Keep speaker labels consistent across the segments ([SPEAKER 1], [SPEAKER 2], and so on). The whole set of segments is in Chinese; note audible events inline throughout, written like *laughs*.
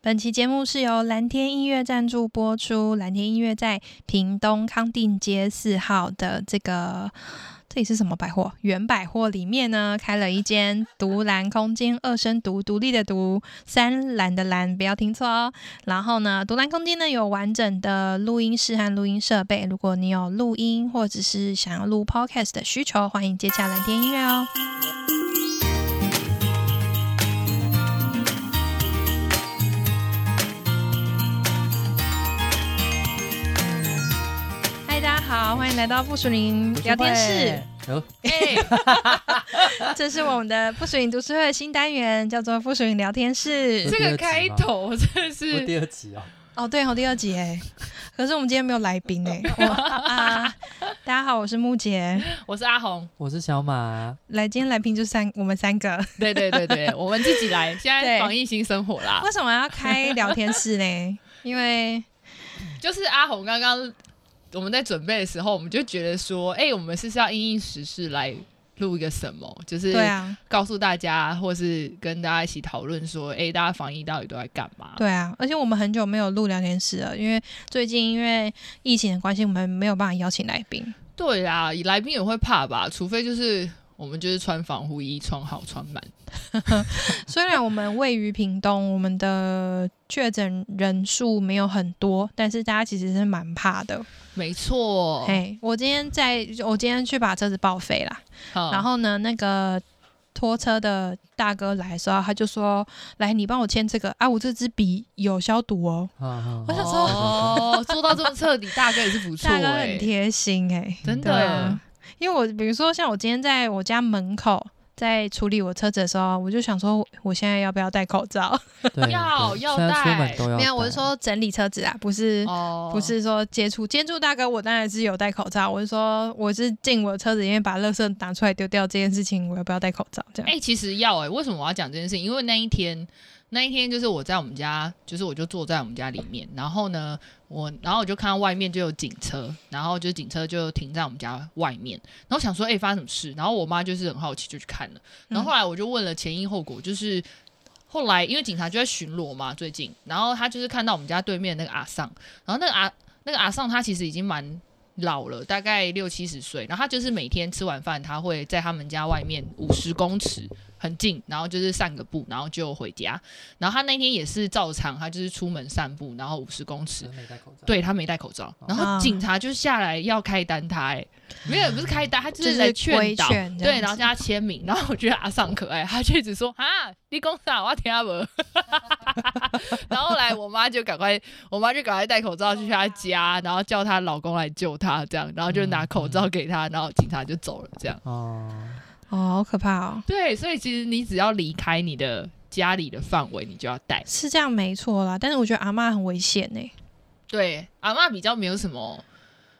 [SPEAKER 1] 本期节目是由蓝天音乐赞助播出。蓝天音乐在屏东康定街四号的这个。这里是什么百货？原百货里面呢，开了一间独蓝空间，二声独，独立的独，三蓝的蓝，不要听错哦。然后呢，独蓝空间呢有完整的录音室和录音设备。如果你有录音或者是想要录 podcast 的需求，欢迎接洽蓝天音乐哦。嗨，大家好，欢迎来到不属林聊天室。
[SPEAKER 2] 哦，
[SPEAKER 3] *laughs* 哎
[SPEAKER 1] *laughs* 这是我们的不属于读书会的新单元，叫做不属于聊天室。
[SPEAKER 3] 这个开头真的
[SPEAKER 2] 我
[SPEAKER 3] 是
[SPEAKER 2] 第二集哦，
[SPEAKER 1] *laughs* 哦，对哦，第二集哎，可是我们今天没有来宾 *laughs* 哎。我啊，大家好，我是木姐。
[SPEAKER 3] 我是阿红，
[SPEAKER 2] 我是小马，
[SPEAKER 1] 来，今天来宾就三我们三个。
[SPEAKER 3] 对对对对，我们自己来，现
[SPEAKER 1] 对
[SPEAKER 3] 在防疫新生活啦，
[SPEAKER 1] 为什么要开聊天室 *laughs* 呢？因为
[SPEAKER 3] 就是阿红刚刚我们在准备的时候，我们就觉得说，哎、我们是不是要因应时事来录一个什么，就是
[SPEAKER 1] 对啊，
[SPEAKER 3] 告诉大家，或是跟大家一起讨论说，哎、大家防疫到底都在干嘛？
[SPEAKER 1] 对啊，而且我们很久没有录聊天室了，因为最近因为疫情的关系，我们没有办法邀请来宾。
[SPEAKER 3] 对啦，来宾也会怕吧，除非就是我们就是穿防护衣，穿好穿满。
[SPEAKER 1] 虽然我们位于屏东，我们的确诊人数没有很多，但是大家其实是蛮怕的。
[SPEAKER 3] 没错，
[SPEAKER 1] 哎，我今天在，我今天去把车子报废啦。
[SPEAKER 3] 好
[SPEAKER 1] 然后呢，那个拖车的大哥来的时候，他就说：“来，你帮我签这个啊，我这支笔有消毒哦。
[SPEAKER 2] 啊啊
[SPEAKER 1] 我想说
[SPEAKER 3] 哦，做到这么彻底，大哥也是不”错、
[SPEAKER 1] 大
[SPEAKER 3] 欸，
[SPEAKER 1] 哥很贴心哎、
[SPEAKER 3] 真
[SPEAKER 1] 对
[SPEAKER 3] 的
[SPEAKER 1] 啊。因为我比如说像我今天在我家门口在处理我车子的时候，我就想说，我现在要不要戴口罩？
[SPEAKER 2] 对对
[SPEAKER 3] 要
[SPEAKER 2] 对
[SPEAKER 3] 要
[SPEAKER 2] 现在出
[SPEAKER 3] 戴
[SPEAKER 2] 门都要
[SPEAKER 1] 没有，我
[SPEAKER 2] 戴
[SPEAKER 1] 是说整理车子啊，不是。
[SPEAKER 3] 哦
[SPEAKER 1] 不是说接触接触大哥，我当然是有戴口罩。我是说，我是进我的车子里面把垃圾拿出来丢掉这件事情，我要不要戴口罩？这样
[SPEAKER 3] 哎、其实要哎、为什么我要讲这件事情？因为那一天，那一天就是我在我们家，就是我就坐在我们家里面，然后呢，我然后我就看到外面就有警车，然后就是警车就停在我们家外面，然后想说哎、发生什么事，然后我妈就是很好奇就去看了，然
[SPEAKER 1] 嗯
[SPEAKER 3] 后后来我就问了前因后果，就是。后来，因为警察就在巡逻嘛，最近，然后他就是看到我们家对面那个阿尚，然后那个阿那个阿尚他其实已经蛮老了，大概六七十岁，然后他就是每天吃完饭，他会在他们家外面五十公尺很近，然后就是散个步，然后就回家。然后他那天也是照常，他就是出门散步，然后五十公尺
[SPEAKER 2] 真，没戴口罩，
[SPEAKER 3] 对他没戴口罩，然
[SPEAKER 1] 啊
[SPEAKER 3] 后警察就下来要开单他、欸，没有不是开单，他就
[SPEAKER 1] 就是
[SPEAKER 3] 是来
[SPEAKER 1] 规
[SPEAKER 3] 劝导，
[SPEAKER 1] 劝这样
[SPEAKER 3] 对，然后
[SPEAKER 1] 子
[SPEAKER 3] 叫他签名，然后我觉得阿尚可爱，他就一直说啊，你公啥，我听不懂。 *laughs* 然后后来我妈就赶快，我妈就赶快戴口罩去她家，然后叫她老公来救她，这样，然后就拿口罩给她，然后警察就走了，这样。
[SPEAKER 2] 哦，
[SPEAKER 1] 哦，好可怕哦。
[SPEAKER 3] 对，所以其实你只要离开你的家里的范围，你就要戴。
[SPEAKER 1] 是这样没错啦，但是我觉得阿嬷很危险欸呢、
[SPEAKER 3] 对，阿妈比较没有什么，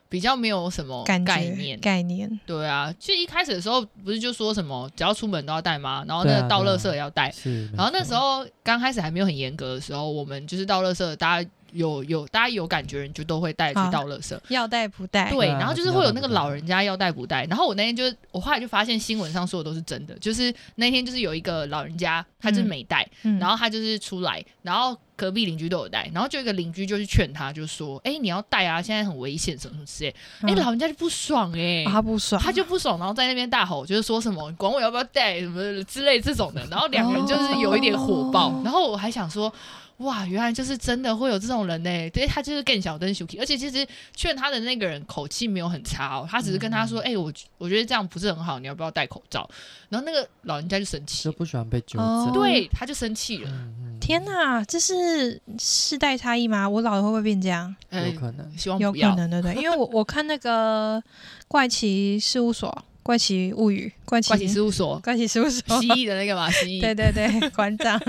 [SPEAKER 3] 比较没有什么
[SPEAKER 1] 感觉
[SPEAKER 3] 哦概念。
[SPEAKER 1] 概念
[SPEAKER 3] 对啊，其实一开始的时候不是就说什么只要出门都要戴吗？然后
[SPEAKER 2] 对
[SPEAKER 3] 那
[SPEAKER 2] 啊
[SPEAKER 3] 个倒
[SPEAKER 2] 对啊
[SPEAKER 3] 垃圾也要
[SPEAKER 1] 哎
[SPEAKER 3] 戴。
[SPEAKER 2] 是，
[SPEAKER 3] 然后那时
[SPEAKER 2] 候
[SPEAKER 3] 候刚开始还没有很严格的时候，我们就是倒垃圾，大家有有大家有感觉人就都会带去
[SPEAKER 1] 啊
[SPEAKER 3] 倒垃圾。
[SPEAKER 1] 要带不带？
[SPEAKER 3] 对，
[SPEAKER 2] 对啊
[SPEAKER 3] 然后就是
[SPEAKER 2] 要
[SPEAKER 3] 会有
[SPEAKER 2] 带
[SPEAKER 3] 那
[SPEAKER 2] 不带
[SPEAKER 3] 个老人家要带不带。然后我那天就我后来就发现新闻上说的都是真的，就是那天就是有一个老人家他就是
[SPEAKER 1] 嗯
[SPEAKER 3] 没带，
[SPEAKER 1] 嗯
[SPEAKER 3] 然后他就是出来，然后隔壁邻居都有带，然后就有一个邻居就去劝他，就说：“哎、你要带啊，现在很危险，什么什么之类。哎、
[SPEAKER 1] 嗯
[SPEAKER 3] 老人家就不爽哎、
[SPEAKER 1] 啊他不爽，
[SPEAKER 3] 他就不爽，然后在那边大吼，就是说什么“管我要不要带”什么之类这种的，然后两个人就是有一点火爆。
[SPEAKER 1] 哦
[SPEAKER 3] 然后我还想说，哇，原来就是真的会有这种人呢、对他就是更小灯熊气，而且其实劝他的那个人口气没有很差哦，他只是跟他说：“
[SPEAKER 1] 嗯
[SPEAKER 3] 哎、我我觉得这样不是很好，你要不要戴口罩？”然后那个老人家就生气
[SPEAKER 2] 就，不喜欢被纠
[SPEAKER 1] 哦
[SPEAKER 2] 正，
[SPEAKER 3] 对，他就生气了。
[SPEAKER 2] 嗯，嗯
[SPEAKER 1] 天哪，这是世代差异吗？我老了会不会变这样？
[SPEAKER 3] 嗯
[SPEAKER 2] 有，可能
[SPEAKER 3] 希望
[SPEAKER 1] 有
[SPEAKER 3] 不
[SPEAKER 1] 可
[SPEAKER 3] 要。
[SPEAKER 1] 能对不对？因
[SPEAKER 3] *laughs*
[SPEAKER 1] 为我我看那个怪奇事务所、怪奇物语、怪奇
[SPEAKER 3] 怪奇事
[SPEAKER 1] *laughs*
[SPEAKER 3] 务所
[SPEAKER 1] 怪奇事务所，
[SPEAKER 3] 蜥蜴的那个嘛，蜥蜴。
[SPEAKER 1] 哦对对对， *laughs* 馆长，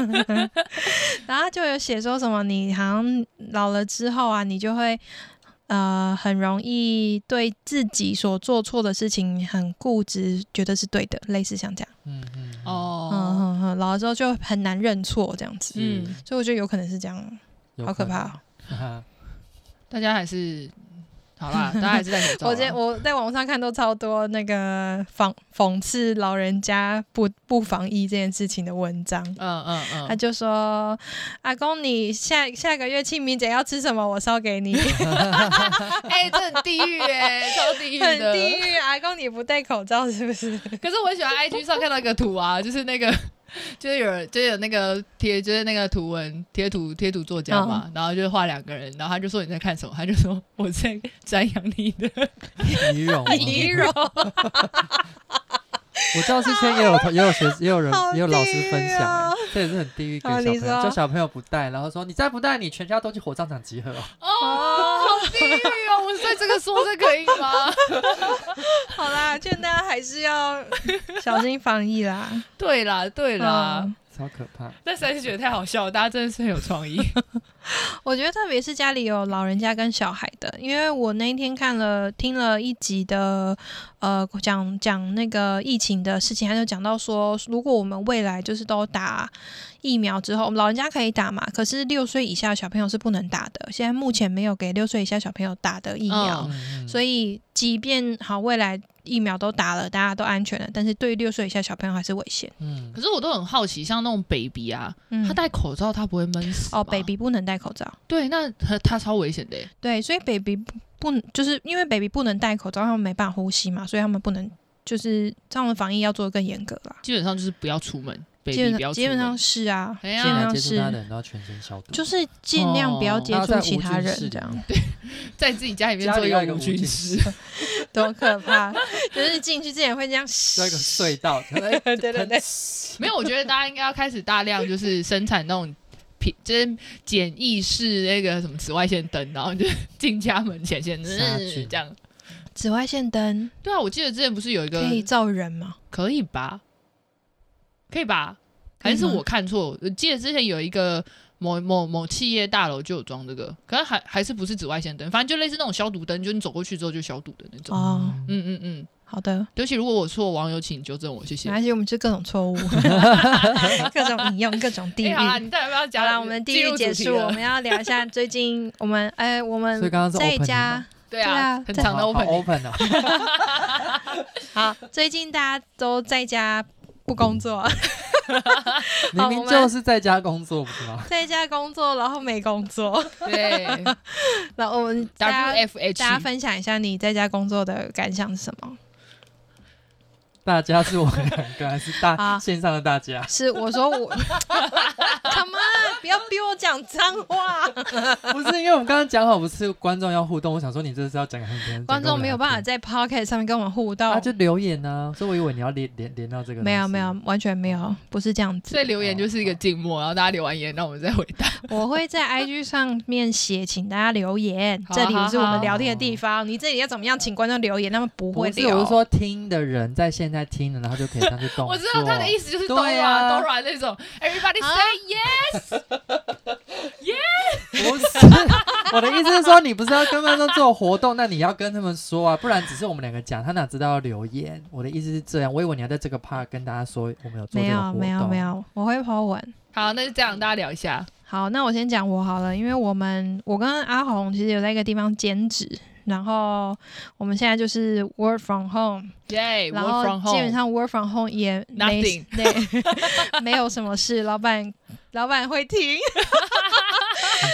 [SPEAKER 1] 然后他就有写说什么，你好像老了之后啊，你就会呃很容易对自己所做错的事情很固执，觉得是对的，类似像这样，
[SPEAKER 2] 嗯嗯，
[SPEAKER 1] 嗯嗯
[SPEAKER 3] 哦，
[SPEAKER 1] 嗯，老了之后就很难认错这样子，
[SPEAKER 3] 嗯，
[SPEAKER 1] 所以我觉得有可能是这样，
[SPEAKER 2] 有 *laughs*
[SPEAKER 1] 好可
[SPEAKER 2] 能
[SPEAKER 1] 怕、哦。
[SPEAKER 2] 哈哈
[SPEAKER 3] 大家还是好啦，大家还是戴口罩啦。啊
[SPEAKER 1] 我觉得我在网上看都超多那个讽讽刺老人家不不防疫这件事情的文章。
[SPEAKER 3] 嗯嗯嗯，
[SPEAKER 1] 他就说：“阿公，你下下个月清明节要吃什么？我烧给你。 *laughs*
[SPEAKER 3] 哎、这很地狱哎、超地狱
[SPEAKER 1] 很
[SPEAKER 3] 的。
[SPEAKER 1] 地狱，阿公你不戴口罩是不
[SPEAKER 3] *laughs*
[SPEAKER 1] 是？
[SPEAKER 3] 可是我很喜欢 IG 上看到一个图啊，就是那个，就是有人，就是有那个贴，就是那个图文贴图贴图作家
[SPEAKER 1] 嗯
[SPEAKER 3] 嘛，然后就画两个人，然后他就说你在看什么？他就说我在瞻仰你的 *laughs*
[SPEAKER 2] 仪
[SPEAKER 1] *laughs*
[SPEAKER 2] 容吗，
[SPEAKER 1] 仪容
[SPEAKER 2] 我知道之前也有
[SPEAKER 1] *laughs*
[SPEAKER 2] 也有学也有人
[SPEAKER 1] 好
[SPEAKER 2] 也有老师分享、
[SPEAKER 1] 地狱哦，
[SPEAKER 2] 欸这也是很地狱给
[SPEAKER 1] 好
[SPEAKER 2] 小
[SPEAKER 1] 你
[SPEAKER 2] 朋友，
[SPEAKER 1] 说
[SPEAKER 2] 叫小朋友不带，然后说你再不带，你全家都去火葬场集合、哦。
[SPEAKER 1] 哦。
[SPEAKER 3] 好地狱 *laughs* 哦！我在这个说这可以吗？ *laughs*
[SPEAKER 1] 好啦，劝大家还是要小心防疫啦。
[SPEAKER 3] 对啦，对啦，
[SPEAKER 1] 嗯
[SPEAKER 2] 超可怕。
[SPEAKER 3] *laughs* 但实在是觉得太好笑了，大家真的是很有
[SPEAKER 1] *laughs*
[SPEAKER 3] 创意。
[SPEAKER 1] 我觉得特别是家里有老人家跟小孩的，因为我那一天看了听了一集的，呃，讲讲那个疫情的事情，他就讲到说，如果我们未来就是都打疫苗之后，我们老人家可以打嘛，可是六岁以下的小朋友是不能打的，现在目前没有给六岁以下小朋友打的疫苗，
[SPEAKER 3] 嗯
[SPEAKER 1] 哦所
[SPEAKER 2] 以
[SPEAKER 1] 以即便好未来疫苗都打了，大家都安全了，但是对于六岁以下小朋友还是危险。
[SPEAKER 2] 嗯
[SPEAKER 3] 可是我都很好奇，像那种 baby 啊，
[SPEAKER 1] 嗯
[SPEAKER 3] 他戴口罩他不会闷死
[SPEAKER 1] 哦
[SPEAKER 3] 吗
[SPEAKER 1] ，baby 不能戴口罩。
[SPEAKER 3] 对，那他他超危险的耶。
[SPEAKER 1] 对，所以 baby 不不就是因为 baby 不能戴口罩，他们没办法呼吸嘛，所以他们不能就是这样的防疫要做的更严格啦。
[SPEAKER 3] 基本上就是不要出门
[SPEAKER 1] 基
[SPEAKER 3] ，baby
[SPEAKER 1] 本
[SPEAKER 3] 不要
[SPEAKER 1] 上
[SPEAKER 3] 出
[SPEAKER 1] 基
[SPEAKER 3] 门。
[SPEAKER 1] 本上是啊，
[SPEAKER 3] 哎
[SPEAKER 1] 基
[SPEAKER 3] 呀
[SPEAKER 1] 本
[SPEAKER 2] 来
[SPEAKER 1] 上
[SPEAKER 2] 接触他的
[SPEAKER 1] 是
[SPEAKER 2] 人都要全身消毒，
[SPEAKER 1] 就是尽量不要接
[SPEAKER 2] 然后在
[SPEAKER 1] 触其
[SPEAKER 2] 无
[SPEAKER 1] 他
[SPEAKER 2] 菌
[SPEAKER 1] 人
[SPEAKER 2] 室
[SPEAKER 1] 这
[SPEAKER 2] 里
[SPEAKER 1] 样
[SPEAKER 2] 面，
[SPEAKER 3] 哦在自己家里面
[SPEAKER 2] 家
[SPEAKER 3] 做
[SPEAKER 2] 里要一个
[SPEAKER 3] 无
[SPEAKER 2] 无
[SPEAKER 3] 菌
[SPEAKER 2] 菌
[SPEAKER 3] 室，
[SPEAKER 1] *laughs* 多可怕！就是进去之前会这样，
[SPEAKER 3] *laughs*
[SPEAKER 2] 要一个隧道， *laughs*
[SPEAKER 1] 对对对，
[SPEAKER 3] 没有，我觉得大家应该要开始大量就是生产那种品，就是简易式那个什么紫外线灯，然后就进家门前先、
[SPEAKER 2] 杀
[SPEAKER 3] 嗯、
[SPEAKER 2] 菌
[SPEAKER 3] 这样。
[SPEAKER 1] 紫外线灯
[SPEAKER 3] 对啊，我记得之前不是有一个
[SPEAKER 1] 可以照人吗？
[SPEAKER 3] 可以吧？可以吧？
[SPEAKER 1] 可以
[SPEAKER 3] 还
[SPEAKER 1] 吗
[SPEAKER 3] 是我看错？我记得之前有一个某某某企业大楼就有装这个，可是还还是不是紫外线灯，反正就类似那种消毒灯，就你走过去之后就消毒的那种。
[SPEAKER 1] 哦，
[SPEAKER 3] 嗯嗯嗯，
[SPEAKER 1] 好的，
[SPEAKER 3] 尤其如果我错，网友请纠正我，谢谢
[SPEAKER 1] 没。关系，我们就各种
[SPEAKER 3] *laughs*
[SPEAKER 1] 错误，各种引用，各种地
[SPEAKER 3] 哎
[SPEAKER 1] 狱。
[SPEAKER 3] 好啦，你到底要不要讲？
[SPEAKER 1] 好啦，我们地
[SPEAKER 3] 进
[SPEAKER 1] 狱
[SPEAKER 3] 入
[SPEAKER 1] 结
[SPEAKER 3] 主题
[SPEAKER 1] 束，哦
[SPEAKER 3] 了
[SPEAKER 1] 我们要聊一下最近我
[SPEAKER 3] *laughs*
[SPEAKER 1] 们哎，我们
[SPEAKER 2] 所以刚刚是
[SPEAKER 1] 在
[SPEAKER 2] opening
[SPEAKER 1] 家
[SPEAKER 2] 吗。
[SPEAKER 3] 对啊，
[SPEAKER 1] 对啊
[SPEAKER 3] 很
[SPEAKER 1] 在
[SPEAKER 3] 长的
[SPEAKER 2] 好好
[SPEAKER 3] open，
[SPEAKER 2] open 啊， *laughs*
[SPEAKER 1] 好，最近大家都在家不工作， *laughs*
[SPEAKER 2] 明明就是在家工作，不是吗？
[SPEAKER 1] 在家工作，然后没工作。 *laughs*
[SPEAKER 3] 对
[SPEAKER 1] 然后我们大家
[SPEAKER 3] ，WFH，
[SPEAKER 1] 大家分享一下你在家工作的感想是什么？
[SPEAKER 2] 大家是我们两个，还是 *laughs*
[SPEAKER 1] 啊
[SPEAKER 2] 大线上的大家？
[SPEAKER 1] 是我说
[SPEAKER 3] *laughs*
[SPEAKER 1] 我，Come on，不要逼我讲脏
[SPEAKER 2] *laughs*
[SPEAKER 1] 话，
[SPEAKER 2] *laughs* 不是，因为我们刚刚讲好，不是观众要互动，我想说你这是要讲给他们听，
[SPEAKER 1] 观众没有办法
[SPEAKER 2] 法，
[SPEAKER 1] 在 Pocket 上面跟我们互动
[SPEAKER 2] 他、，就留言啊，所以我以为你要连连连到这个，
[SPEAKER 1] 没有没有，，完全没有，不是这样子
[SPEAKER 3] 所以。留言就是一个静默，然后大家留完言，那我们再回答。 *laughs*
[SPEAKER 1] 我会在 IG 上面写，请大家留言，
[SPEAKER 3] 好
[SPEAKER 1] 这里
[SPEAKER 3] 好
[SPEAKER 1] 是我们
[SPEAKER 3] 好
[SPEAKER 1] 聊天的地方，你这里要怎么样，请观众留言，他们不
[SPEAKER 2] 不
[SPEAKER 1] 会
[SPEAKER 2] 是，
[SPEAKER 1] 留。
[SPEAKER 2] 我是说听的人在现在听了，然后就可以上去
[SPEAKER 1] 哦
[SPEAKER 2] *laughs* 动作。
[SPEAKER 3] 我知道他的意思就是 Dora、
[SPEAKER 2] 对啊
[SPEAKER 3] Dora 那种，Everybody
[SPEAKER 1] 啊
[SPEAKER 3] say yes，、
[SPEAKER 2] 不是，我的意思是说，你不是要跟观众做活动，那你要跟他们说啊，不然只是我们两个讲，他哪知道要留言？我的意思是这样，我以为你要在这个 part 跟大家说我们有做
[SPEAKER 1] 没
[SPEAKER 2] 这个活
[SPEAKER 1] 有
[SPEAKER 2] 动，
[SPEAKER 1] 没有没，有，我会 po 文。
[SPEAKER 3] 好，那就这样，大家聊一下。
[SPEAKER 1] 好，那我先讲我好了，因为我们我跟阿红其实有在一个地方兼职，然后我们现在就是 work from home，
[SPEAKER 3] 耶、w
[SPEAKER 1] 然
[SPEAKER 3] o r k
[SPEAKER 1] 后
[SPEAKER 3] from
[SPEAKER 1] 基本
[SPEAKER 3] home。
[SPEAKER 1] 上 work from home 也没
[SPEAKER 3] Nothing
[SPEAKER 1] 对，没 *laughs* 有什么事，老板老板会
[SPEAKER 3] *laughs*
[SPEAKER 1] 听，
[SPEAKER 2] 你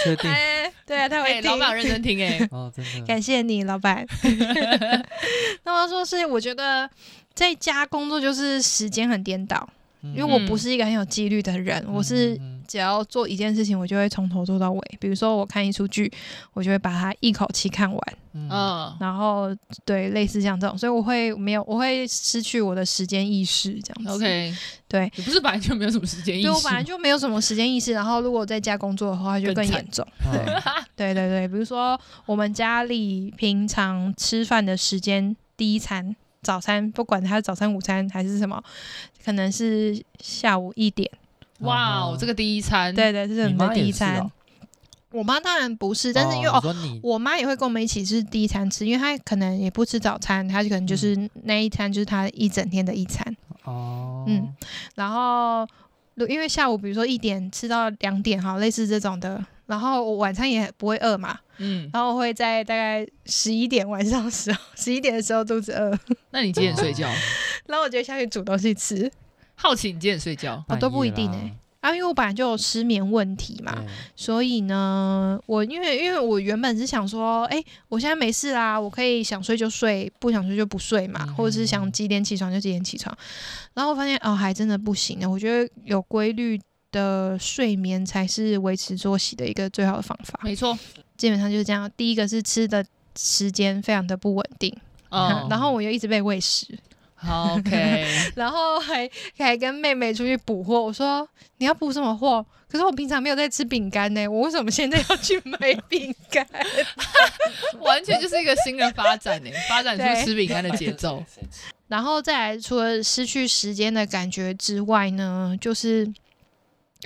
[SPEAKER 2] 确定？
[SPEAKER 1] 哎，对啊，他
[SPEAKER 3] 哎、
[SPEAKER 1] 会听，
[SPEAKER 3] 老板有认真听哎、
[SPEAKER 1] *laughs*
[SPEAKER 2] 哦，真的，
[SPEAKER 1] 感谢你，老
[SPEAKER 3] *laughs*
[SPEAKER 1] 板。 *laughs* 那我要说是，我觉得在家工作就是时间很颠倒，
[SPEAKER 3] 嗯
[SPEAKER 1] 因
[SPEAKER 2] 因
[SPEAKER 1] 为我不是一个很有纪律的人，我是只要做一件事情，我就会从头做到尾。比如说，我看一出剧，我就会把它一口气看完，
[SPEAKER 2] 嗯
[SPEAKER 3] 嗯，
[SPEAKER 1] 然后对类似像这种，所以我会没有，我会失去我的时间意识这样子。
[SPEAKER 3] OK，
[SPEAKER 1] 对，
[SPEAKER 3] 你不是本来就没有什么时间意识
[SPEAKER 1] 嗯对
[SPEAKER 3] 吗？
[SPEAKER 1] 我本来就没有什么时间意识，然后如果在家工作的话，就更
[SPEAKER 3] 更惨
[SPEAKER 1] 严重。
[SPEAKER 2] 嗯
[SPEAKER 1] 对对对，比如说我们家里平常吃饭的时间，第一餐早餐，不管它是早餐、午餐还是什么，可能是下午一点。
[SPEAKER 3] 哇哦
[SPEAKER 2] 嗯，
[SPEAKER 3] 这个第一餐，
[SPEAKER 1] 对对，这是我
[SPEAKER 2] 你
[SPEAKER 1] 们的
[SPEAKER 2] 妈
[SPEAKER 1] 第
[SPEAKER 2] 也
[SPEAKER 1] 一
[SPEAKER 2] 是哦
[SPEAKER 1] 餐。我妈当然不是，但是因为哦
[SPEAKER 2] 你说你
[SPEAKER 1] 我妈也会跟我们一起是第一餐吃，因为她可能也不吃早餐，她就可能
[SPEAKER 2] 嗯
[SPEAKER 1] 就是那一餐就是她一整天的一餐。
[SPEAKER 2] 哦，
[SPEAKER 1] 嗯然后如因为下午比如说一点吃到两点哈，类似这种的，然后我晚餐也不会饿嘛，
[SPEAKER 3] 嗯，
[SPEAKER 1] 然后我会在大概十一点晚上的时候，十一点的时候肚子饿，
[SPEAKER 3] 那你几点
[SPEAKER 1] *laughs*
[SPEAKER 3] 睡觉？
[SPEAKER 1] 然后我就下去煮东西吃
[SPEAKER 3] 好奇你几点睡觉？
[SPEAKER 1] 哦都不一定
[SPEAKER 2] 半夜
[SPEAKER 1] 欸啊，因为我本来就有失眠问题嘛
[SPEAKER 2] 啦，对
[SPEAKER 1] 所以呢，我因为因为我原本是想说，哎、我现在没事啦，我可以想睡就睡，不想睡就不睡嘛，
[SPEAKER 2] 嗯
[SPEAKER 1] 或者是想几点起床就几点起床。然后我发现哦，还真的不行呢。我觉得有规律的睡眠才是维持作息的一个最好的方法。*laughs*
[SPEAKER 3] 没错，
[SPEAKER 1] 基本上就是这样。第一个是吃的时间非常的不稳定，
[SPEAKER 3] 嗯，
[SPEAKER 1] 然后我又一直被喂食， *laughs*
[SPEAKER 3] 好 OK，
[SPEAKER 1] 然后还还跟妹妹出去补货。我说你要补什么货？可是我平常没有在吃饼干呢，我为什么现在要去买饼干？ *laughs*
[SPEAKER 3] 完全就是一个新的发展 *laughs* 呢，发展
[SPEAKER 1] 对
[SPEAKER 3] 出吃饼干的节奏。
[SPEAKER 1] 然后再来，除了失去时间的感觉之外呢，就是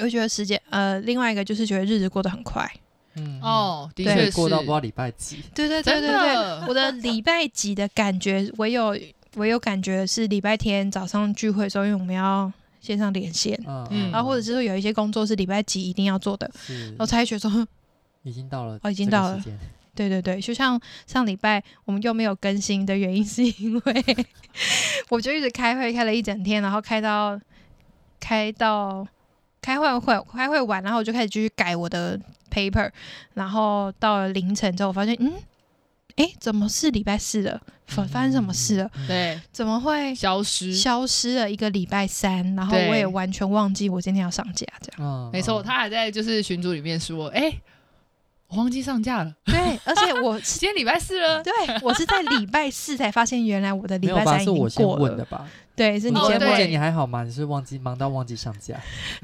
[SPEAKER 1] 我觉得时间呃，另外一个就是觉得日子过得很快。
[SPEAKER 2] 嗯，
[SPEAKER 3] 哦，的
[SPEAKER 1] 对
[SPEAKER 3] 确是，
[SPEAKER 2] 过到不知道礼拜几，
[SPEAKER 1] 对对对
[SPEAKER 3] 真
[SPEAKER 1] 对对，
[SPEAKER 3] 的，
[SPEAKER 1] 我的礼拜几的感觉，我有我有感觉是礼拜天早上聚会的时候，因为我们要线上连线。
[SPEAKER 2] 嗯
[SPEAKER 3] 嗯
[SPEAKER 1] 然后或者是说有一些工作是礼拜几一定要做的，
[SPEAKER 2] 是
[SPEAKER 1] 然后才会觉得说， *laughs* 哼
[SPEAKER 2] 已经到了，
[SPEAKER 1] 哦已经到了，对对对，就像上礼拜我们又没有更新的原因，是因为 *laughs* 我就一直开会，开了一整天，然后开到开到开会会开会完，然后我就开始继续改我的 paper，然后到了凌晨之后，我发现嗯，诶，怎么是礼拜四了？发发生什么事了？
[SPEAKER 3] 对，
[SPEAKER 1] 怎么会
[SPEAKER 3] 消失，
[SPEAKER 1] 消失了一个礼拜三？然后
[SPEAKER 3] 对
[SPEAKER 1] 我也完全忘记我今天要上架，这样
[SPEAKER 2] 嗯，
[SPEAKER 3] 没错，他还在就是群组里面说，哎，我忘记上架了，
[SPEAKER 1] 对，而且我是
[SPEAKER 3] 今天礼拜四了。
[SPEAKER 1] 对我是在礼拜四才发现，原来我的礼
[SPEAKER 2] 没有
[SPEAKER 1] 拜
[SPEAKER 2] 吧？
[SPEAKER 1] 三已
[SPEAKER 2] 是
[SPEAKER 1] 经
[SPEAKER 2] 我先
[SPEAKER 1] 过了。
[SPEAKER 2] 问的吧？
[SPEAKER 1] 对，是你
[SPEAKER 2] 你
[SPEAKER 1] 先
[SPEAKER 2] 先
[SPEAKER 3] 对
[SPEAKER 1] 问。
[SPEAKER 2] 问，你还好吗？你是忘记忙到忘记上架？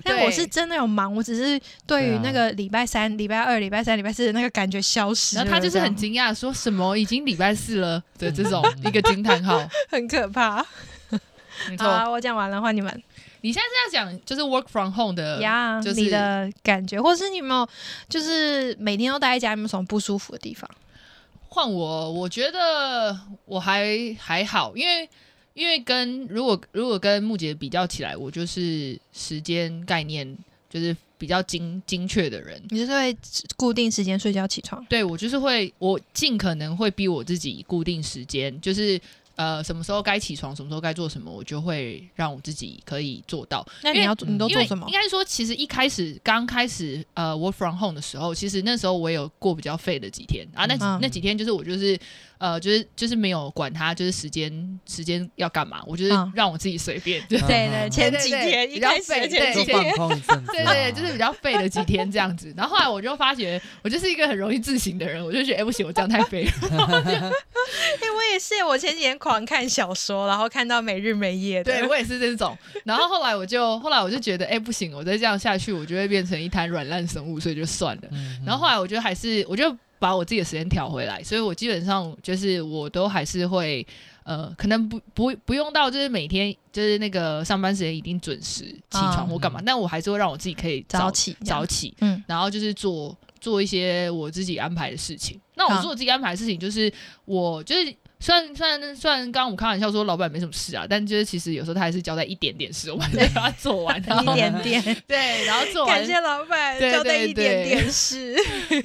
[SPEAKER 1] 但我是真的有忙，我只是对于
[SPEAKER 2] 对啊
[SPEAKER 1] 那个礼拜三、礼拜二、礼拜三、礼拜四的那个感觉消失了
[SPEAKER 3] 然
[SPEAKER 1] 这
[SPEAKER 3] 后
[SPEAKER 1] 样。
[SPEAKER 3] 他就是很惊讶，说什么已经礼拜四了的这 *laughs* 种
[SPEAKER 2] 嗯
[SPEAKER 3] 一个惊叹号。
[SPEAKER 1] 很可怕。
[SPEAKER 3] 没
[SPEAKER 1] 好
[SPEAKER 3] 错，
[SPEAKER 1] 啊，我讲完了，换你们
[SPEAKER 3] 你现在是要讲就是 work from home 的
[SPEAKER 1] 呀。
[SPEAKER 3] 就是
[SPEAKER 1] 你的感觉，或是你有没有就是每天都待在家，有没有什么不舒服的地方？
[SPEAKER 3] 换我，我觉得我还还好，因为因为跟如果如果跟木姐比较起来，我就是时间概念就是比较精精确的人。
[SPEAKER 1] 你就是会固定时间睡觉、起床，
[SPEAKER 3] 对我就是会，我尽可能会逼我自己固定时间，就是呃什么时候该起床，什么时候该做什么，我就会让我自己可以做到。
[SPEAKER 1] 那
[SPEAKER 3] 因
[SPEAKER 1] 你
[SPEAKER 3] 为
[SPEAKER 1] 要做你都
[SPEAKER 3] 因
[SPEAKER 1] 做
[SPEAKER 3] 为
[SPEAKER 1] 什么
[SPEAKER 3] 应？该说，其实一开始刚开始呃，work from home 的时候，其实那时候我也有过比较废的几天啊。那几、
[SPEAKER 1] 嗯
[SPEAKER 3] 那几天就是我就是呃，就是就是没有管他，就是时间时间要干嘛，我就是
[SPEAKER 1] 嗯
[SPEAKER 3] 让我自己随便。对
[SPEAKER 1] 对对，
[SPEAKER 2] 嗯
[SPEAKER 1] 前
[SPEAKER 3] 对
[SPEAKER 1] 几
[SPEAKER 3] 对
[SPEAKER 1] 天
[SPEAKER 3] 比
[SPEAKER 1] 一
[SPEAKER 3] 较
[SPEAKER 1] 开始
[SPEAKER 3] 废
[SPEAKER 1] 的前
[SPEAKER 3] 对
[SPEAKER 1] 几
[SPEAKER 2] 就
[SPEAKER 3] 对
[SPEAKER 2] 放
[SPEAKER 1] 天，
[SPEAKER 2] 空一阵子，
[SPEAKER 3] *laughs* 对对，就是比较废的几天这样子。然后后来我就发觉，我就是一个很容易自省的人，我就觉得哎、不行，我这样太废了。 *laughs*
[SPEAKER 1] 哎，我也是，我前几天狂看小说，然后看到没日没夜的。
[SPEAKER 3] 对我也是这种。然后后来我就后来我就觉得哎、不行，我再这样下去，我就会变成一滩软烂生物，所以就算了。
[SPEAKER 2] 嗯。嗯
[SPEAKER 3] 然后后来我觉得还是，我就把我自己的时间调回来，所以我基本上就是我都还是会，呃，可能不不不用到就是每天就是那个上班时间一定准时起床或干嘛，但我还是会让我自己可以
[SPEAKER 1] 啊嗯早
[SPEAKER 3] 早
[SPEAKER 1] 起这样
[SPEAKER 3] 早起，
[SPEAKER 1] 嗯
[SPEAKER 3] 嗯，然后就是做做一些我自己安排的事情。那我
[SPEAKER 1] 啊
[SPEAKER 3] 做我自己安排的事情就是我就是。虽然虽然虽然刚刚我们开玩笑说老板没什么事啊，但就是其实有时候他还是交代一点点事，我们就把它
[SPEAKER 1] *laughs*
[SPEAKER 3] 做完，然
[SPEAKER 1] 一
[SPEAKER 3] 后
[SPEAKER 1] 点点，
[SPEAKER 3] 对，然后做完
[SPEAKER 1] 感，谢老板
[SPEAKER 3] 对
[SPEAKER 1] 交代
[SPEAKER 3] 对
[SPEAKER 1] 一点
[SPEAKER 3] 对
[SPEAKER 1] 点 *laughs* 事。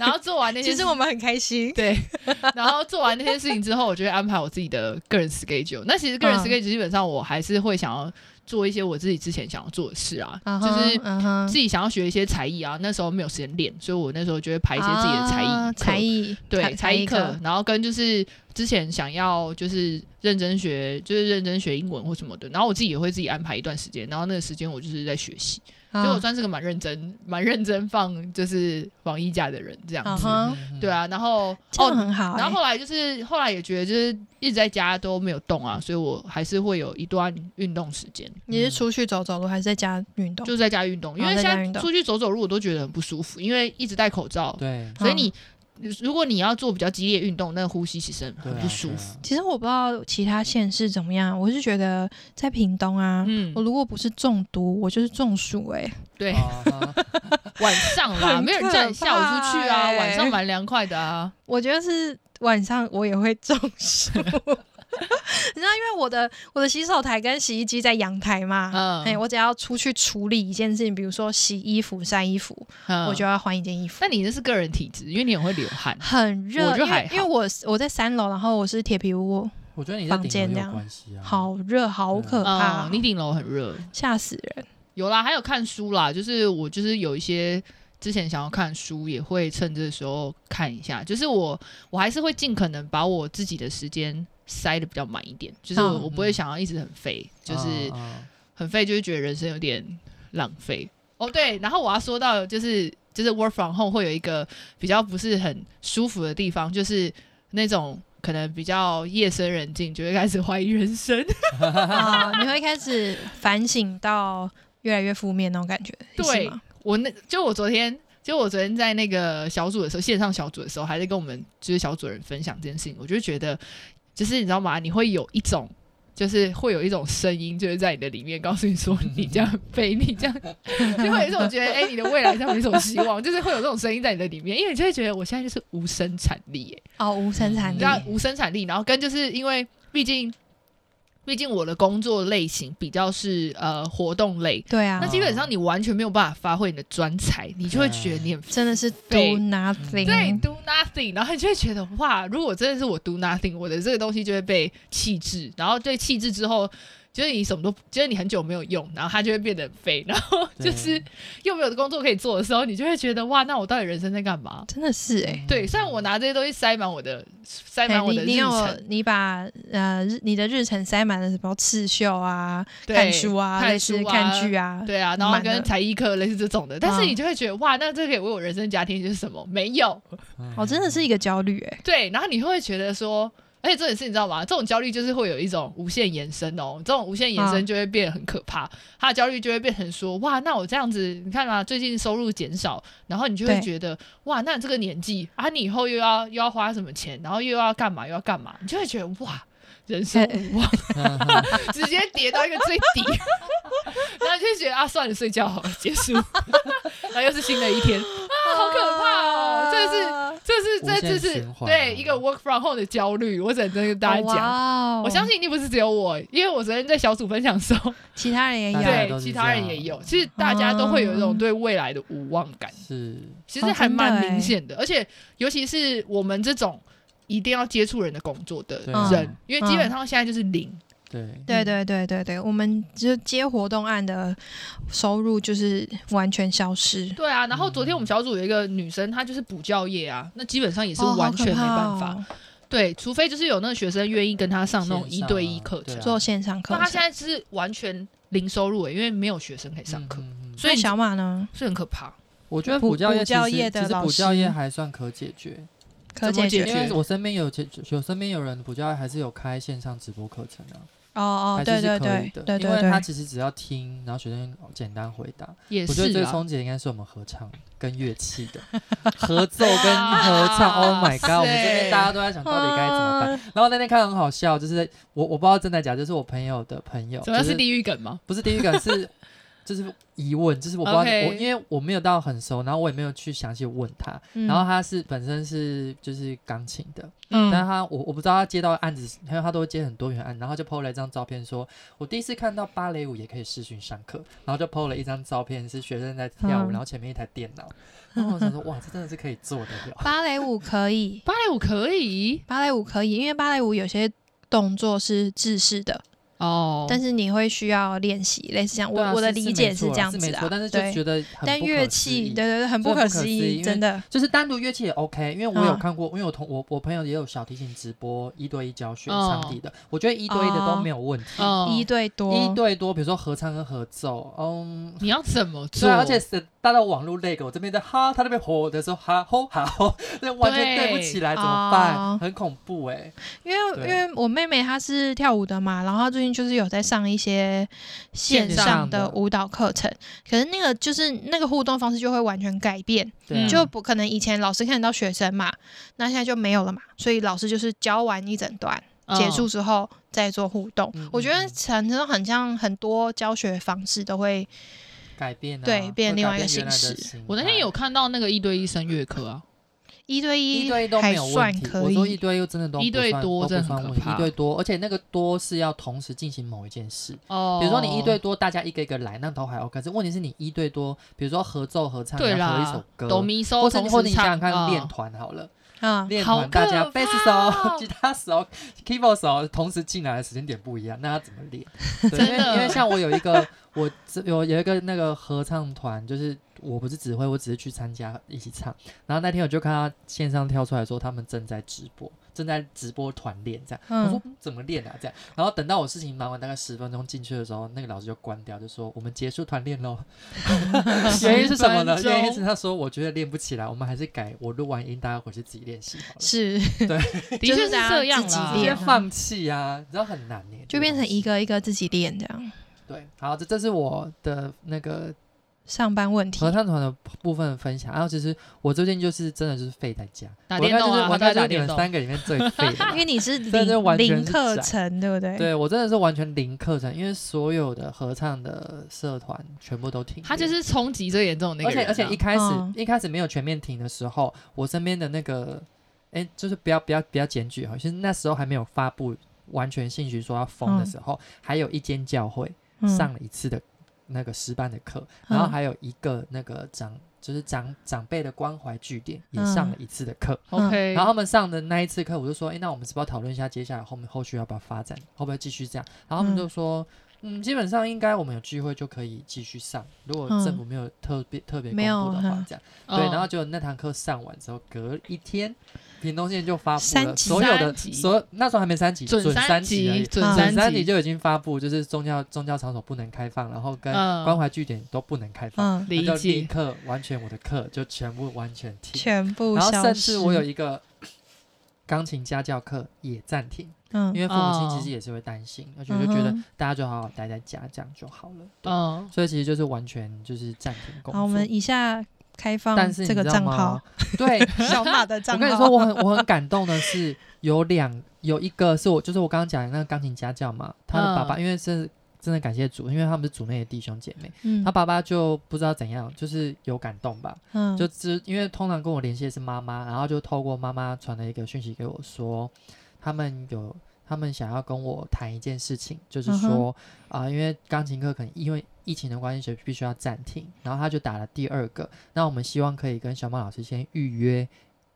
[SPEAKER 3] 然后做完那些
[SPEAKER 1] 其实我们很开心。
[SPEAKER 3] 对， *laughs* 然后做完那些事情之后，我就会安排我自己的个人 schedule。那其实个人
[SPEAKER 1] 嗯
[SPEAKER 3] schedule 基本上我还是会想要做一些我自己之前想要做的事啊，
[SPEAKER 1] 嗯
[SPEAKER 3] 就是
[SPEAKER 1] 自
[SPEAKER 3] 自己想要学一些才艺啊。那时候没有时间练，所以我那时候就会排一些自己的啊才艺、
[SPEAKER 1] 啊才。艺
[SPEAKER 3] 对才艺课，，然后跟就是之前想要就是认真学，就是认真学英文或什么的，然后我自己也会自己安排一段时间，然后那个时间我就是在学习，所以我
[SPEAKER 1] 嗯
[SPEAKER 3] 算是个蛮认真、蛮认真放就是防疫假的人这样
[SPEAKER 1] 嗯
[SPEAKER 3] 子。
[SPEAKER 1] 哼，
[SPEAKER 3] 对啊，然后
[SPEAKER 1] 这
[SPEAKER 3] 哦
[SPEAKER 1] 样，很好欸。
[SPEAKER 3] 然后后来就是后来也觉得就是一直在家都没有动啊，所以我还是会有一段运动时间，
[SPEAKER 1] 你是出去走走路，还是在家运动？
[SPEAKER 3] 就是在家运动，因
[SPEAKER 1] 哦
[SPEAKER 3] 为
[SPEAKER 1] 在
[SPEAKER 3] 现
[SPEAKER 1] 家
[SPEAKER 3] 在
[SPEAKER 1] 运动
[SPEAKER 3] 出去走走路我都觉得很不舒服，因为一直戴口罩，
[SPEAKER 2] 对，
[SPEAKER 3] 所以
[SPEAKER 1] 嗯
[SPEAKER 3] 你如果你要做比较激烈运动，那个呼吸其实很
[SPEAKER 2] 对
[SPEAKER 3] 很
[SPEAKER 2] 啊
[SPEAKER 3] 不舒服。。
[SPEAKER 1] 其实我不知道其他县市怎么样，我是觉得在屏东啊，
[SPEAKER 3] 嗯
[SPEAKER 1] 我，如果不是中毒，我就是中暑哎。
[SPEAKER 2] 对，
[SPEAKER 3] 对
[SPEAKER 2] 啊啊哈
[SPEAKER 3] 晚上啦，
[SPEAKER 1] 很
[SPEAKER 3] 没有人叫你下午出去
[SPEAKER 1] 可怕
[SPEAKER 3] 啊，
[SPEAKER 1] 欸
[SPEAKER 3] 晚上蛮凉快的啊。
[SPEAKER 1] 我觉得是晚上我也会中暑， *laughs* 你知道，因为我的我的洗手台跟洗衣机在阳台嘛，
[SPEAKER 3] 嗯
[SPEAKER 1] 哎、我只要出去处理一件事情，比如说洗衣服、晒衣服，我就
[SPEAKER 3] 得，
[SPEAKER 1] 要换一件衣服。
[SPEAKER 3] 但嗯你这是个人体质，因为你很会流汗。
[SPEAKER 1] 很热，
[SPEAKER 3] 哎我就
[SPEAKER 1] 因
[SPEAKER 3] 还
[SPEAKER 1] 为
[SPEAKER 3] 好
[SPEAKER 1] 因为我是我在三楼，然后我是铁皮屋，
[SPEAKER 2] *laughs* 我觉得你在
[SPEAKER 1] 房
[SPEAKER 2] 顶
[SPEAKER 1] 间
[SPEAKER 2] 楼
[SPEAKER 1] 这
[SPEAKER 2] 有
[SPEAKER 1] 样
[SPEAKER 2] 关系啊。，
[SPEAKER 1] 好热，好可怕，
[SPEAKER 3] 嗯，你顶楼很热。
[SPEAKER 1] 吓死人。 *laughs*
[SPEAKER 3] 有啦，还有看书啦，就是我就是有一些之前想要看书，也会趁这时候看一下。就是我我还是会尽可能把我自己的时间塞的比较满一点，就是
[SPEAKER 1] 嗯
[SPEAKER 3] 我,、
[SPEAKER 1] 哦
[SPEAKER 3] 我不会想要一直很废，就是
[SPEAKER 2] 嗯
[SPEAKER 3] 很废，就是觉得人生有点浪费。哦，对，然后我要说到就是就是 work from home 会有一个比较不是很舒服的地方，就是那种可能比较夜深人静就会开始怀疑人生。
[SPEAKER 1] 啊、你会开始反省到越来越负面那种感觉，
[SPEAKER 3] 对
[SPEAKER 1] 是吗？
[SPEAKER 3] 我那就我昨天，就我昨天在那个小组的时候，线上小组的时候，还在跟我们就是小组人分享这件事情，我就觉得，就是你知道吗？你会有一种。就是会有一种声音，就是在你的里面告诉你说你这样被你这样，就会有一种觉得哎、你的未来上有一种希望，就是会有这种声音在你的里面，因为你就会觉得我现在就是无生产力、哎
[SPEAKER 1] 哦，无生产力
[SPEAKER 3] 你知，道无生产力，然后跟就是因为毕竟，毕竟我的工作类型比较是呃活动类，
[SPEAKER 1] 对啊
[SPEAKER 3] 那，基本上你完全没有办法发挥你的专才，你就会觉得你很
[SPEAKER 1] 真的是 do
[SPEAKER 3] 对
[SPEAKER 1] nothing，
[SPEAKER 3] 对 do nothing，然后你就会觉得哇，如果真的是我 do nothing，我的这个东西就会被弃置，然后对弃置之后，就是你什么都，就是你很久没有用，然后它就会变得很废，然后
[SPEAKER 2] 对
[SPEAKER 3] 就是又没有工作可以做的时候，你就会觉得哇，那我到底人生在干嘛？
[SPEAKER 1] 真的是
[SPEAKER 2] 嗯
[SPEAKER 1] 哎、
[SPEAKER 3] 对，虽然我拿这些东西塞满我的，塞
[SPEAKER 1] 哎
[SPEAKER 3] 满我
[SPEAKER 1] 你
[SPEAKER 3] 的
[SPEAKER 1] 你
[SPEAKER 3] 日
[SPEAKER 1] 有
[SPEAKER 3] 程，
[SPEAKER 1] 你把呃日你的日程塞满了什么刺绣啊、
[SPEAKER 3] 对
[SPEAKER 1] 看书啊、类
[SPEAKER 3] 看
[SPEAKER 1] 似
[SPEAKER 3] 书啊，
[SPEAKER 1] 看剧啊，
[SPEAKER 3] 对啊，然后
[SPEAKER 1] 满了
[SPEAKER 3] 跟才艺课类似这种的，但是
[SPEAKER 1] 嗯
[SPEAKER 3] 你就会觉得哇，那这可以为我人生加添一些什么？没有，
[SPEAKER 2] 嗯
[SPEAKER 1] 哦，真的是一个焦虑哎、
[SPEAKER 3] 对，然后你会觉得说，而且这也是你知道吗？这种焦虑就是会有一种无限延伸哦，这种无限延伸就会变得很可怕。他的焦虑就会变成说，哇，那我这样子，你看嘛，最近收入减少，然后你就会
[SPEAKER 1] 对
[SPEAKER 3] 觉得，哇，那这个年纪啊，你以后又要又要花什么钱，然后又要干嘛又要干嘛，你就会觉得哇。人生无望，直接跌到一个最底，然后就觉得啊，算了，睡觉好了，结束，然后又是新的一天，啊，好可怕哦！这是
[SPEAKER 1] 是
[SPEAKER 2] 无
[SPEAKER 3] 这是这这
[SPEAKER 2] 限
[SPEAKER 3] 是
[SPEAKER 2] 循环啊
[SPEAKER 3] 对一个 work from home 的焦虑，我只能跟大家
[SPEAKER 1] 哦
[SPEAKER 3] 讲。
[SPEAKER 1] 讲
[SPEAKER 3] 我相信一定不是只有我，因为我昨天在小组分享的时候，
[SPEAKER 1] 其他人也有
[SPEAKER 2] 大家都
[SPEAKER 3] 对
[SPEAKER 2] 是
[SPEAKER 3] 其
[SPEAKER 2] 这
[SPEAKER 3] 他人
[SPEAKER 2] 样
[SPEAKER 3] 也有，其实大家都会有一种对未来的无望感，
[SPEAKER 2] 是
[SPEAKER 3] 其实还蛮明显的。而且尤其是我们这种一定要接触人的工作的
[SPEAKER 2] 对嗯
[SPEAKER 3] 人，因为基本上现在就是零，
[SPEAKER 2] 对，
[SPEAKER 3] 嗯
[SPEAKER 1] 对对对对对，我们就接活动案的收入就是完全消失，
[SPEAKER 3] 对啊。然后昨天我们小组有一个女生，她就是补教业
[SPEAKER 2] 嗯
[SPEAKER 3] 啊，那基本上也是
[SPEAKER 1] 哦
[SPEAKER 3] 完全没办。
[SPEAKER 1] 好哦
[SPEAKER 3] 法
[SPEAKER 1] 可，
[SPEAKER 3] 对，除非就是有那个学生愿意跟她上那种一
[SPEAKER 2] 线上啊
[SPEAKER 3] 对一课
[SPEAKER 1] 怕
[SPEAKER 3] 程
[SPEAKER 1] 哦
[SPEAKER 2] 对啊。
[SPEAKER 1] 做线上课
[SPEAKER 3] 那他
[SPEAKER 1] 程，
[SPEAKER 3] 现在是完全零收入、欸，因为没有学生可以上课，
[SPEAKER 2] 嗯嗯嗯
[SPEAKER 3] 所以
[SPEAKER 1] 那小马呢？
[SPEAKER 3] 是很可怕。
[SPEAKER 2] 我觉得
[SPEAKER 1] 补
[SPEAKER 2] 补教业
[SPEAKER 1] 补
[SPEAKER 2] 其
[SPEAKER 1] 教
[SPEAKER 2] 实
[SPEAKER 1] 业的
[SPEAKER 2] 其实
[SPEAKER 1] 老
[SPEAKER 2] 补教业
[SPEAKER 1] 师
[SPEAKER 2] 还算可解决，
[SPEAKER 1] 可
[SPEAKER 3] 怎么
[SPEAKER 1] 解
[SPEAKER 3] 解
[SPEAKER 1] 决
[SPEAKER 2] 因为
[SPEAKER 3] 决
[SPEAKER 2] 我身边有解有身边有人补教业还是有开线上直播课程啊，
[SPEAKER 1] 哦哦，
[SPEAKER 2] 还
[SPEAKER 1] 对
[SPEAKER 2] 是
[SPEAKER 1] 对
[SPEAKER 2] 是可以
[SPEAKER 1] 对
[SPEAKER 2] 的，
[SPEAKER 1] 对对
[SPEAKER 2] 因为他
[SPEAKER 1] 对，
[SPEAKER 2] 其实只要听，然后学生简单回答。
[SPEAKER 3] 也
[SPEAKER 2] 我觉得
[SPEAKER 3] 是
[SPEAKER 2] 最
[SPEAKER 3] 啊，
[SPEAKER 2] 冲击的应该是我们合唱跟乐器的合奏跟 *laughs* 合唱。Oh my
[SPEAKER 3] 哇
[SPEAKER 2] god！我们这
[SPEAKER 3] 塞
[SPEAKER 2] 边大家都在想到底该怎么
[SPEAKER 1] 啊
[SPEAKER 2] 办。然后那天看很好笑，就是我我不知道真的假的，就是我朋友的朋友，
[SPEAKER 3] 主要
[SPEAKER 2] 就是
[SPEAKER 3] 地狱梗吗？
[SPEAKER 2] 不是地狱梗，是就是疑问，就是我不知道
[SPEAKER 3] OK
[SPEAKER 2] 我因为我没有到很熟，然后我也没有去详细问他。
[SPEAKER 1] 嗯
[SPEAKER 2] 然后他是本身是就是钢琴的，但
[SPEAKER 3] 嗯，
[SPEAKER 2] 他我我不知道他接到的案子，还有他都会接很多元案，然后就 PO 了一张照片说，我第一次看到芭蕾舞也可以视讯上课，然后就 PO 了一张照片是学生在跳
[SPEAKER 1] 嗯
[SPEAKER 2] 舞，然后前面一台电脑，然后我想说哇，这真的是可以做得了，
[SPEAKER 1] 芭蕾舞可以，
[SPEAKER 3] 芭蕾舞可以
[SPEAKER 1] 芭蕾舞可以，因为芭蕾舞有些动作是制式的，
[SPEAKER 3] 哦，
[SPEAKER 1] 但是你会需要练习，类似这样。我、
[SPEAKER 2] 对啊
[SPEAKER 1] 我的
[SPEAKER 2] 是
[SPEAKER 1] 理解
[SPEAKER 2] 是没错
[SPEAKER 1] 这样
[SPEAKER 2] 啦是
[SPEAKER 1] 子
[SPEAKER 2] 没
[SPEAKER 1] 啊
[SPEAKER 2] 错，，但是就
[SPEAKER 1] 对。
[SPEAKER 2] 觉得很
[SPEAKER 1] 但
[SPEAKER 2] 不
[SPEAKER 1] 乐
[SPEAKER 2] 可
[SPEAKER 1] 器，
[SPEAKER 2] 思议
[SPEAKER 1] 对对对，很
[SPEAKER 2] 真的
[SPEAKER 1] 可
[SPEAKER 2] 不可思议因为
[SPEAKER 1] 真的。
[SPEAKER 2] 就是单独乐器也 OK，因为我有
[SPEAKER 1] 嗯
[SPEAKER 2] 看过，因为我同我我朋友也有小提琴直播一对一教学
[SPEAKER 3] 哦
[SPEAKER 2] 场地的，我觉得一对一的都
[SPEAKER 1] 哦
[SPEAKER 2] 没有问题。
[SPEAKER 3] 哦
[SPEAKER 1] 一对多，
[SPEAKER 2] 嗯一对多，比如说合唱跟合奏，嗯，
[SPEAKER 3] 你要怎么做？
[SPEAKER 2] 对啊，而且是搭到网络那个，我这边在哈，他那边吼的时候哈吼哈吼， *laughs* 那完全对不起来，怎么
[SPEAKER 1] 哦
[SPEAKER 2] 办？很恐怖哎、
[SPEAKER 1] 因为
[SPEAKER 2] 对
[SPEAKER 1] 因为我妹妹她是跳舞的嘛，然后她最近就是有在上一些线
[SPEAKER 3] 线
[SPEAKER 1] 上
[SPEAKER 2] 上
[SPEAKER 1] 的
[SPEAKER 2] 的
[SPEAKER 1] 舞蹈课程，可是那个就是那个互动方式就会完全改变，
[SPEAKER 2] 对啊、
[SPEAKER 1] 就不可能以前老师看得到学生嘛，那现在就没有了嘛，所以老师就是教完一整段，
[SPEAKER 3] 嗯
[SPEAKER 1] 结束之后再做互动。
[SPEAKER 2] 嗯嗯嗯
[SPEAKER 1] 我觉得
[SPEAKER 2] 嗯
[SPEAKER 1] 产生很像很多教学方式都会
[SPEAKER 2] 改变、啊，
[SPEAKER 1] 对变
[SPEAKER 2] 会
[SPEAKER 1] 另外一
[SPEAKER 2] 改
[SPEAKER 1] 个
[SPEAKER 2] 变原
[SPEAKER 1] 形
[SPEAKER 2] 来的
[SPEAKER 1] 式
[SPEAKER 2] 形
[SPEAKER 3] 我那天
[SPEAKER 2] 态
[SPEAKER 3] 有看到那个一对一声乐课啊，
[SPEAKER 1] 一对
[SPEAKER 2] 一对一都没
[SPEAKER 1] 还
[SPEAKER 2] 有
[SPEAKER 1] 算
[SPEAKER 2] 问题。
[SPEAKER 1] 可
[SPEAKER 2] 我说一
[SPEAKER 1] 以。
[SPEAKER 2] 对一真的都
[SPEAKER 3] 一对
[SPEAKER 2] 不算
[SPEAKER 3] 多
[SPEAKER 2] 都
[SPEAKER 3] 真
[SPEAKER 2] 不
[SPEAKER 3] 的
[SPEAKER 2] 算
[SPEAKER 3] 很
[SPEAKER 2] 问
[SPEAKER 3] 可
[SPEAKER 2] 题，
[SPEAKER 3] 怕
[SPEAKER 2] 一对多，而且那个多是要同时进行某一件事。
[SPEAKER 3] 哦，
[SPEAKER 2] 比如说你一对多，大家一个一个来，那都还 OK。可是问题是你一对多，比如说合奏、合唱，
[SPEAKER 3] 对
[SPEAKER 2] 你要合一
[SPEAKER 3] 啦
[SPEAKER 2] 首，歌，
[SPEAKER 3] 哆咪嗦
[SPEAKER 2] 或者
[SPEAKER 3] 同
[SPEAKER 2] 你
[SPEAKER 3] 时
[SPEAKER 2] 或者你想
[SPEAKER 3] 唱
[SPEAKER 2] 想看
[SPEAKER 3] 啊
[SPEAKER 2] 练团好了，
[SPEAKER 1] 嗯，
[SPEAKER 2] 练
[SPEAKER 3] 好
[SPEAKER 2] 团大家
[SPEAKER 3] 可
[SPEAKER 2] 贝斯
[SPEAKER 3] 怕哦
[SPEAKER 2] 手、吉他手、keyboard 手同时进来的时间点不一样，那要怎么
[SPEAKER 3] *laughs*
[SPEAKER 2] 练？对，因
[SPEAKER 3] 真
[SPEAKER 2] 为
[SPEAKER 3] 的
[SPEAKER 2] 因为像我有一个， *laughs* 我只有有一个那个合唱团，就是我不是指挥，我只是去参加一起唱。然后那天我就看他线上跳出来说他们正在直播，正在直播团练这样。
[SPEAKER 1] 嗯
[SPEAKER 2] 我
[SPEAKER 3] 嗯
[SPEAKER 2] 说怎么练啊？这样，然后等到我事情忙完大概十分钟进去的时候，那个老师就关掉，就说我们结束团练
[SPEAKER 3] *laughs*
[SPEAKER 2] 喽。原因是什么呢？
[SPEAKER 3] 10分钟
[SPEAKER 2] 原因是他说我觉得练不起来，我们还是改我录完音，大家回去自己练习好了。
[SPEAKER 1] 是，
[SPEAKER 3] 的确
[SPEAKER 1] 就是
[SPEAKER 3] 是这样
[SPEAKER 1] 大家
[SPEAKER 3] 啦
[SPEAKER 1] 自己
[SPEAKER 2] 直接
[SPEAKER 1] 练啊
[SPEAKER 2] 放弃啊，你知道很难呢，
[SPEAKER 1] 就变成一
[SPEAKER 2] 个
[SPEAKER 1] 个一个自己练这样。
[SPEAKER 2] 对。好，这这是我的那个
[SPEAKER 1] 上班问题
[SPEAKER 2] 合，唱团的部分分享。然后其实我最近就是真的就是废在家，
[SPEAKER 3] 打
[SPEAKER 2] 我
[SPEAKER 3] 电
[SPEAKER 2] 应该
[SPEAKER 3] 动
[SPEAKER 2] 就是
[SPEAKER 3] 啊
[SPEAKER 2] 我应该
[SPEAKER 3] 他都在
[SPEAKER 2] 就是
[SPEAKER 3] 打
[SPEAKER 2] 你
[SPEAKER 3] 电
[SPEAKER 2] 们
[SPEAKER 3] 动
[SPEAKER 2] 三个里面最废的。
[SPEAKER 1] 因为你
[SPEAKER 2] *laughs*
[SPEAKER 1] 是
[SPEAKER 2] 这这
[SPEAKER 1] 零
[SPEAKER 2] 完全
[SPEAKER 1] 零
[SPEAKER 2] 是
[SPEAKER 1] 课
[SPEAKER 2] 宅
[SPEAKER 1] 程，对不对？
[SPEAKER 2] 对我真的是完全零课程，因为所有的合唱的社团全部都停业。
[SPEAKER 3] 他就是冲击最严重的那
[SPEAKER 2] 而
[SPEAKER 3] 个人
[SPEAKER 2] 且
[SPEAKER 3] 啊，
[SPEAKER 2] 而且一开始、
[SPEAKER 1] 嗯
[SPEAKER 2] 一开始没有全面停的时候，我身边的那个，哎、就是不要不要不要检举哈，其实那时候还没有发布完全信息说要封的时候，还有一间教会
[SPEAKER 1] 嗯
[SPEAKER 2] 上了一次的那个师班的课，然后
[SPEAKER 1] 嗯
[SPEAKER 2] 还有一个那个长就是长长辈的关怀据点
[SPEAKER 1] 嗯
[SPEAKER 2] 也上了一次的课，
[SPEAKER 3] OK，
[SPEAKER 2] 然后他们上的那一次课，我就说，哎、那我们是不是要讨论一下接下来后面后续要不要发展，会不会继续这样？然后他们就说，嗯，基本上应该我们有机会就可以继续上，如果
[SPEAKER 1] 嗯
[SPEAKER 2] 政府没有特别、特别公
[SPEAKER 1] 没有
[SPEAKER 2] 布的话
[SPEAKER 1] 嗯，
[SPEAKER 2] 这样。
[SPEAKER 3] 嗯
[SPEAKER 2] 对，然后就那堂课上完之后，隔一天，屏东县就发布
[SPEAKER 1] 三
[SPEAKER 2] 了
[SPEAKER 1] 级
[SPEAKER 2] 所有
[SPEAKER 3] 三
[SPEAKER 2] 的
[SPEAKER 3] 级
[SPEAKER 2] 所有那时候还没三级，
[SPEAKER 3] 准
[SPEAKER 2] 三级而
[SPEAKER 3] 级，
[SPEAKER 2] 已。
[SPEAKER 1] 嗯
[SPEAKER 3] 准
[SPEAKER 2] 准
[SPEAKER 3] 三
[SPEAKER 2] 三级就已经发布，就是宗教宗教场所不能开放，然后跟
[SPEAKER 3] 嗯
[SPEAKER 2] 关怀据点都不能开放，
[SPEAKER 1] 嗯，
[SPEAKER 2] 那就
[SPEAKER 3] 理
[SPEAKER 2] 立
[SPEAKER 3] 解，
[SPEAKER 2] 刻完全我的课就全部完全停。
[SPEAKER 1] 全部
[SPEAKER 2] 然后
[SPEAKER 1] 消
[SPEAKER 2] 甚至
[SPEAKER 1] 失。
[SPEAKER 2] 我有一个钢琴家教课也暂停，
[SPEAKER 1] 嗯，
[SPEAKER 2] 因为父母亲其实
[SPEAKER 3] 哦
[SPEAKER 2] 也是会担心，而且就觉得
[SPEAKER 1] 嗯哼哦
[SPEAKER 2] 大家就好好待在家，这样就好了。对，
[SPEAKER 3] 嗯，
[SPEAKER 2] 所以其实就是完全就是暂停工
[SPEAKER 1] 好，
[SPEAKER 2] 作。
[SPEAKER 1] 我们以下开放
[SPEAKER 2] 但是你
[SPEAKER 1] 这个
[SPEAKER 2] 知道
[SPEAKER 1] 账号
[SPEAKER 2] 吗，？对，
[SPEAKER 1] *laughs* 小马的账
[SPEAKER 2] 我
[SPEAKER 1] 号。
[SPEAKER 2] 跟你说，我很我很感动的是，有两有一个是我就是我刚刚讲的那个钢琴家教嘛，他的爸爸、
[SPEAKER 3] 嗯
[SPEAKER 2] 因为是真的感谢主，因为他们是组内的弟兄姐妹，
[SPEAKER 1] 嗯，
[SPEAKER 2] 他爸爸就不知道怎样，就是有感动吧，
[SPEAKER 1] 嗯，
[SPEAKER 2] 就知因为通常跟我联系的是妈妈，然后就透过妈妈传了一个讯息给我说，他们有他们想要跟我谈一件事情，就是
[SPEAKER 1] 嗯
[SPEAKER 2] 说啊、因为钢琴课可能因为疫情的关系，所以必须要暂停。然后他就打了第二个，那我们希望可以跟小马老师先预约。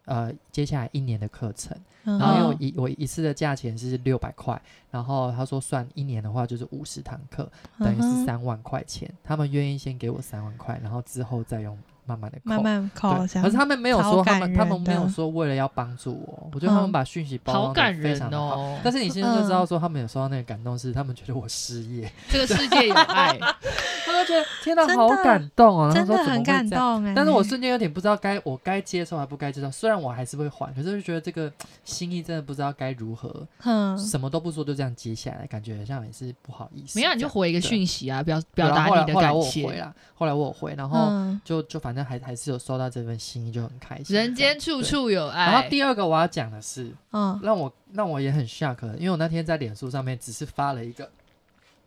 [SPEAKER 2] 呃，接下来一年的课程，
[SPEAKER 1] 嗯
[SPEAKER 2] 然后因为
[SPEAKER 3] 嗯
[SPEAKER 2] 我一我一次的价钱是六百块，然后他说算一年的话就是五十堂课，等于是，
[SPEAKER 1] 嗯
[SPEAKER 2] 三万块钱。他们愿意先给我三万块，然后之后再用慢慢的扣。
[SPEAKER 1] 慢慢扣这
[SPEAKER 2] 对，
[SPEAKER 1] 样
[SPEAKER 2] 可是。他们没有
[SPEAKER 1] 哦超
[SPEAKER 2] 说，他们
[SPEAKER 1] 感
[SPEAKER 2] 他们
[SPEAKER 1] 人
[SPEAKER 2] 没有
[SPEAKER 1] 的
[SPEAKER 2] 说为了要帮助我，我觉得他
[SPEAKER 1] 嗯
[SPEAKER 2] 们把讯息包
[SPEAKER 3] 好
[SPEAKER 2] 装
[SPEAKER 3] 感
[SPEAKER 2] 的非
[SPEAKER 3] 人
[SPEAKER 2] 常的好。
[SPEAKER 3] 哦，
[SPEAKER 2] 但是你现在就知道说，他们有收到那个感动是，他们觉得我失
[SPEAKER 1] *laughs*
[SPEAKER 2] 业，
[SPEAKER 3] 这
[SPEAKER 2] *laughs*
[SPEAKER 3] 个世界有爱，
[SPEAKER 2] 他们觉得 *laughs* 天哪，
[SPEAKER 1] 真
[SPEAKER 2] 好
[SPEAKER 1] 的
[SPEAKER 2] 感动哦，然
[SPEAKER 1] 真
[SPEAKER 2] 后
[SPEAKER 1] 的
[SPEAKER 2] 说怎么
[SPEAKER 1] 很
[SPEAKER 2] 会
[SPEAKER 1] 感
[SPEAKER 2] 这样。
[SPEAKER 1] 动哎，
[SPEAKER 2] 但是我瞬间有点不知道该我该接受还不该接受，虽然我还是会还，可是就觉得这个心意真的不知道该如何，
[SPEAKER 1] 嗯
[SPEAKER 2] 什么都不说就这样接下来，感觉好像也是不好意思这
[SPEAKER 3] 没
[SPEAKER 2] 样。
[SPEAKER 3] 有你就回一个讯息啊，表
[SPEAKER 2] 对
[SPEAKER 3] 表
[SPEAKER 2] 然
[SPEAKER 3] 达
[SPEAKER 2] 后后来
[SPEAKER 3] 你的
[SPEAKER 2] 后来
[SPEAKER 3] 感
[SPEAKER 2] 我有回
[SPEAKER 3] 谢，
[SPEAKER 2] 啦，后来我有回，然后
[SPEAKER 1] 嗯
[SPEAKER 2] 就就反正还还是有收到这份心意，就很开心。
[SPEAKER 3] 人
[SPEAKER 2] 这样
[SPEAKER 3] 间处处有
[SPEAKER 2] 然后
[SPEAKER 3] 爱，
[SPEAKER 2] 第二个我要讲的是，
[SPEAKER 1] 嗯
[SPEAKER 2] 让我让我也很 shock，因为我那天在脸书上面只是发了一个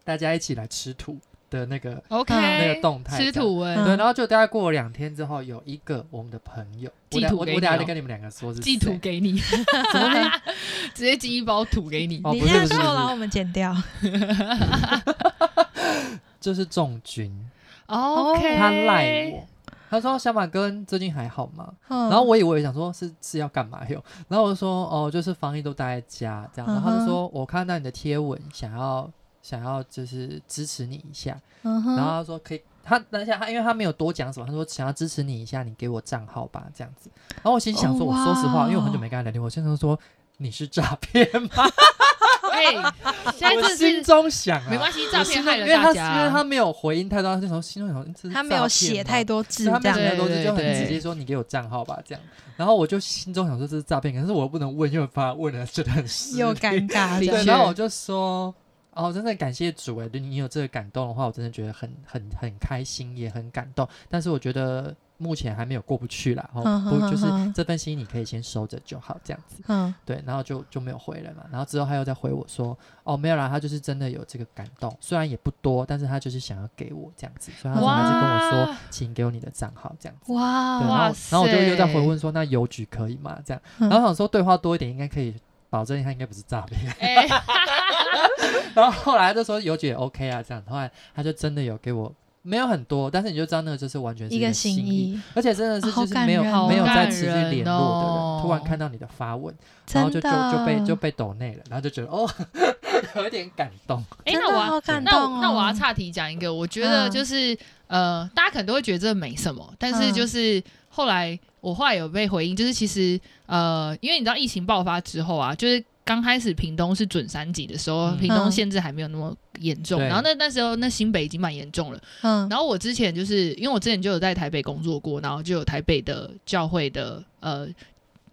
[SPEAKER 2] 大家一起来吃土的那个、
[SPEAKER 3] OK，
[SPEAKER 2] 嗯那个动态，
[SPEAKER 3] 哎吃
[SPEAKER 2] 这样。
[SPEAKER 3] 土文
[SPEAKER 1] 嗯
[SPEAKER 2] 对，然后就大概过了两天之后，有一个我们的朋友，我
[SPEAKER 3] 寄
[SPEAKER 2] 等
[SPEAKER 3] 图
[SPEAKER 2] 我我
[SPEAKER 3] 给
[SPEAKER 2] 等
[SPEAKER 3] 你
[SPEAKER 2] 下
[SPEAKER 3] 哦
[SPEAKER 2] 再跟你们两个说是
[SPEAKER 3] 寄土
[SPEAKER 2] 谁 *laughs*
[SPEAKER 3] 给你，
[SPEAKER 2] 什么呢？
[SPEAKER 3] *laughs* 直接寄一包土给你，
[SPEAKER 2] 哦，
[SPEAKER 1] 你
[SPEAKER 2] 不
[SPEAKER 1] 这
[SPEAKER 2] 是
[SPEAKER 1] 样
[SPEAKER 2] 不是
[SPEAKER 1] 说，
[SPEAKER 2] 不
[SPEAKER 1] 然后我
[SPEAKER 2] 是，
[SPEAKER 1] 们剪掉。
[SPEAKER 2] 就是仲君，
[SPEAKER 3] OK，
[SPEAKER 2] 他赖我，他说小马哥最近还好吗？
[SPEAKER 1] 然
[SPEAKER 3] 嗯
[SPEAKER 2] 然后我以为想说是是要干嘛哟，然后我就说哦，就是防疫都待在家这样，然后他
[SPEAKER 1] 嗯哼
[SPEAKER 2] 就说我看到你的贴文，想要想要就是支持你一下，
[SPEAKER 1] 嗯哼，
[SPEAKER 2] 然后他说可以，他等一下他因为他没有多讲什么，他说想要支持你一下，你给我账号吧这样子，然后我心想说，
[SPEAKER 1] 哦
[SPEAKER 2] 我
[SPEAKER 1] 哇
[SPEAKER 2] 说实话，因为我很久没跟他聊天，我心想说你是诈骗吗？
[SPEAKER 3] 哎， *laughs* 现在
[SPEAKER 2] 我
[SPEAKER 3] 这
[SPEAKER 2] 心
[SPEAKER 3] 是
[SPEAKER 2] 中想啊，
[SPEAKER 3] 没关系，诈骗害
[SPEAKER 2] 因
[SPEAKER 3] 了
[SPEAKER 2] 为
[SPEAKER 3] 大
[SPEAKER 2] 他因为
[SPEAKER 3] 家啊
[SPEAKER 2] 他，没有回应太多，他就从心中想嗯，这是
[SPEAKER 1] 他没有
[SPEAKER 2] 诈骗
[SPEAKER 1] 写
[SPEAKER 2] 吗
[SPEAKER 1] 太多字，
[SPEAKER 2] 对他
[SPEAKER 1] 这
[SPEAKER 2] 们
[SPEAKER 1] 样
[SPEAKER 2] 讲的
[SPEAKER 3] 对
[SPEAKER 2] 东西就很直
[SPEAKER 3] 对
[SPEAKER 2] 接说你给我账号吧，这样。然后我就心中想说这是诈骗，可是我又不能问，因为我怕问了觉得很失
[SPEAKER 1] 又
[SPEAKER 2] 礼
[SPEAKER 1] 尴尬
[SPEAKER 3] 的
[SPEAKER 1] 这
[SPEAKER 2] 对，
[SPEAKER 1] 样。
[SPEAKER 3] 确
[SPEAKER 2] 然后我就说，哦，真的感谢主哎，对你有这个感动的话，我真的觉得很很很开心，也很感动。但是我觉得目前还没有过不去啦，哦，
[SPEAKER 1] 嗯
[SPEAKER 2] 不
[SPEAKER 1] 哼
[SPEAKER 2] 就是
[SPEAKER 1] 哼哼
[SPEAKER 2] 这份心意你可以先收着就好，这样子。
[SPEAKER 1] 嗯
[SPEAKER 2] *laughs* 对，然后就就没有回了嘛。然后之后他又再回我说，哦，没有啦，他就是真的有这个感动，虽然也不多，但是他就是想要给我这样子，所以他说
[SPEAKER 1] 哇
[SPEAKER 2] 还是跟我说，请给我你的账号这样子。
[SPEAKER 1] 哇
[SPEAKER 2] 对，然
[SPEAKER 3] 哇
[SPEAKER 2] 后然后我就又在回
[SPEAKER 3] 塞
[SPEAKER 2] 问说，那邮局可以吗？这样，
[SPEAKER 1] 嗯
[SPEAKER 2] 然后我想说对话多一点，应该可以保证他应该不是诈骗。
[SPEAKER 3] 哎，
[SPEAKER 2] *laughs* 然后后来他就说邮局也 OK 啊，这样。后来他就真的有给我。没有很多，但是你就知道那个就是完全是
[SPEAKER 1] 一个
[SPEAKER 2] 心
[SPEAKER 1] 心意，
[SPEAKER 2] 而且真的是
[SPEAKER 1] 好
[SPEAKER 2] 就是
[SPEAKER 1] 感
[SPEAKER 2] 没有
[SPEAKER 1] 人哦
[SPEAKER 2] 没有
[SPEAKER 1] 好
[SPEAKER 2] 再
[SPEAKER 1] 感
[SPEAKER 2] 持续
[SPEAKER 3] 人
[SPEAKER 2] 联络的人，突然
[SPEAKER 3] 哦
[SPEAKER 2] 看到你的发文，
[SPEAKER 1] 真
[SPEAKER 2] 然后
[SPEAKER 1] 的
[SPEAKER 2] 就就就被就被抖内了，然后就觉得哦， *laughs* 有一点感动。
[SPEAKER 3] 哎
[SPEAKER 1] 真
[SPEAKER 3] 那
[SPEAKER 1] 的
[SPEAKER 3] 我要
[SPEAKER 1] 好感
[SPEAKER 3] 那
[SPEAKER 1] 动
[SPEAKER 3] 我
[SPEAKER 1] 哦。
[SPEAKER 3] 那我要岔题讲一个，我觉
[SPEAKER 1] 嗯
[SPEAKER 3] 得就是、呃，大家可能都会觉得这没什么，但是
[SPEAKER 1] 嗯
[SPEAKER 3] 就是后来我后来有被回应，就是其实呃，因为你知道疫情爆发之后啊，就是。刚开始屏东是准三级的时候，
[SPEAKER 2] 嗯
[SPEAKER 3] 屏东
[SPEAKER 1] 嗯
[SPEAKER 3] 限制还没有那么严重，
[SPEAKER 2] 对
[SPEAKER 3] 然后那那时候那新北已经蛮严重了。
[SPEAKER 1] 嗯
[SPEAKER 3] 然后我之前就是因为我之前就有在台北工作过，然后就有台北的教会的呃，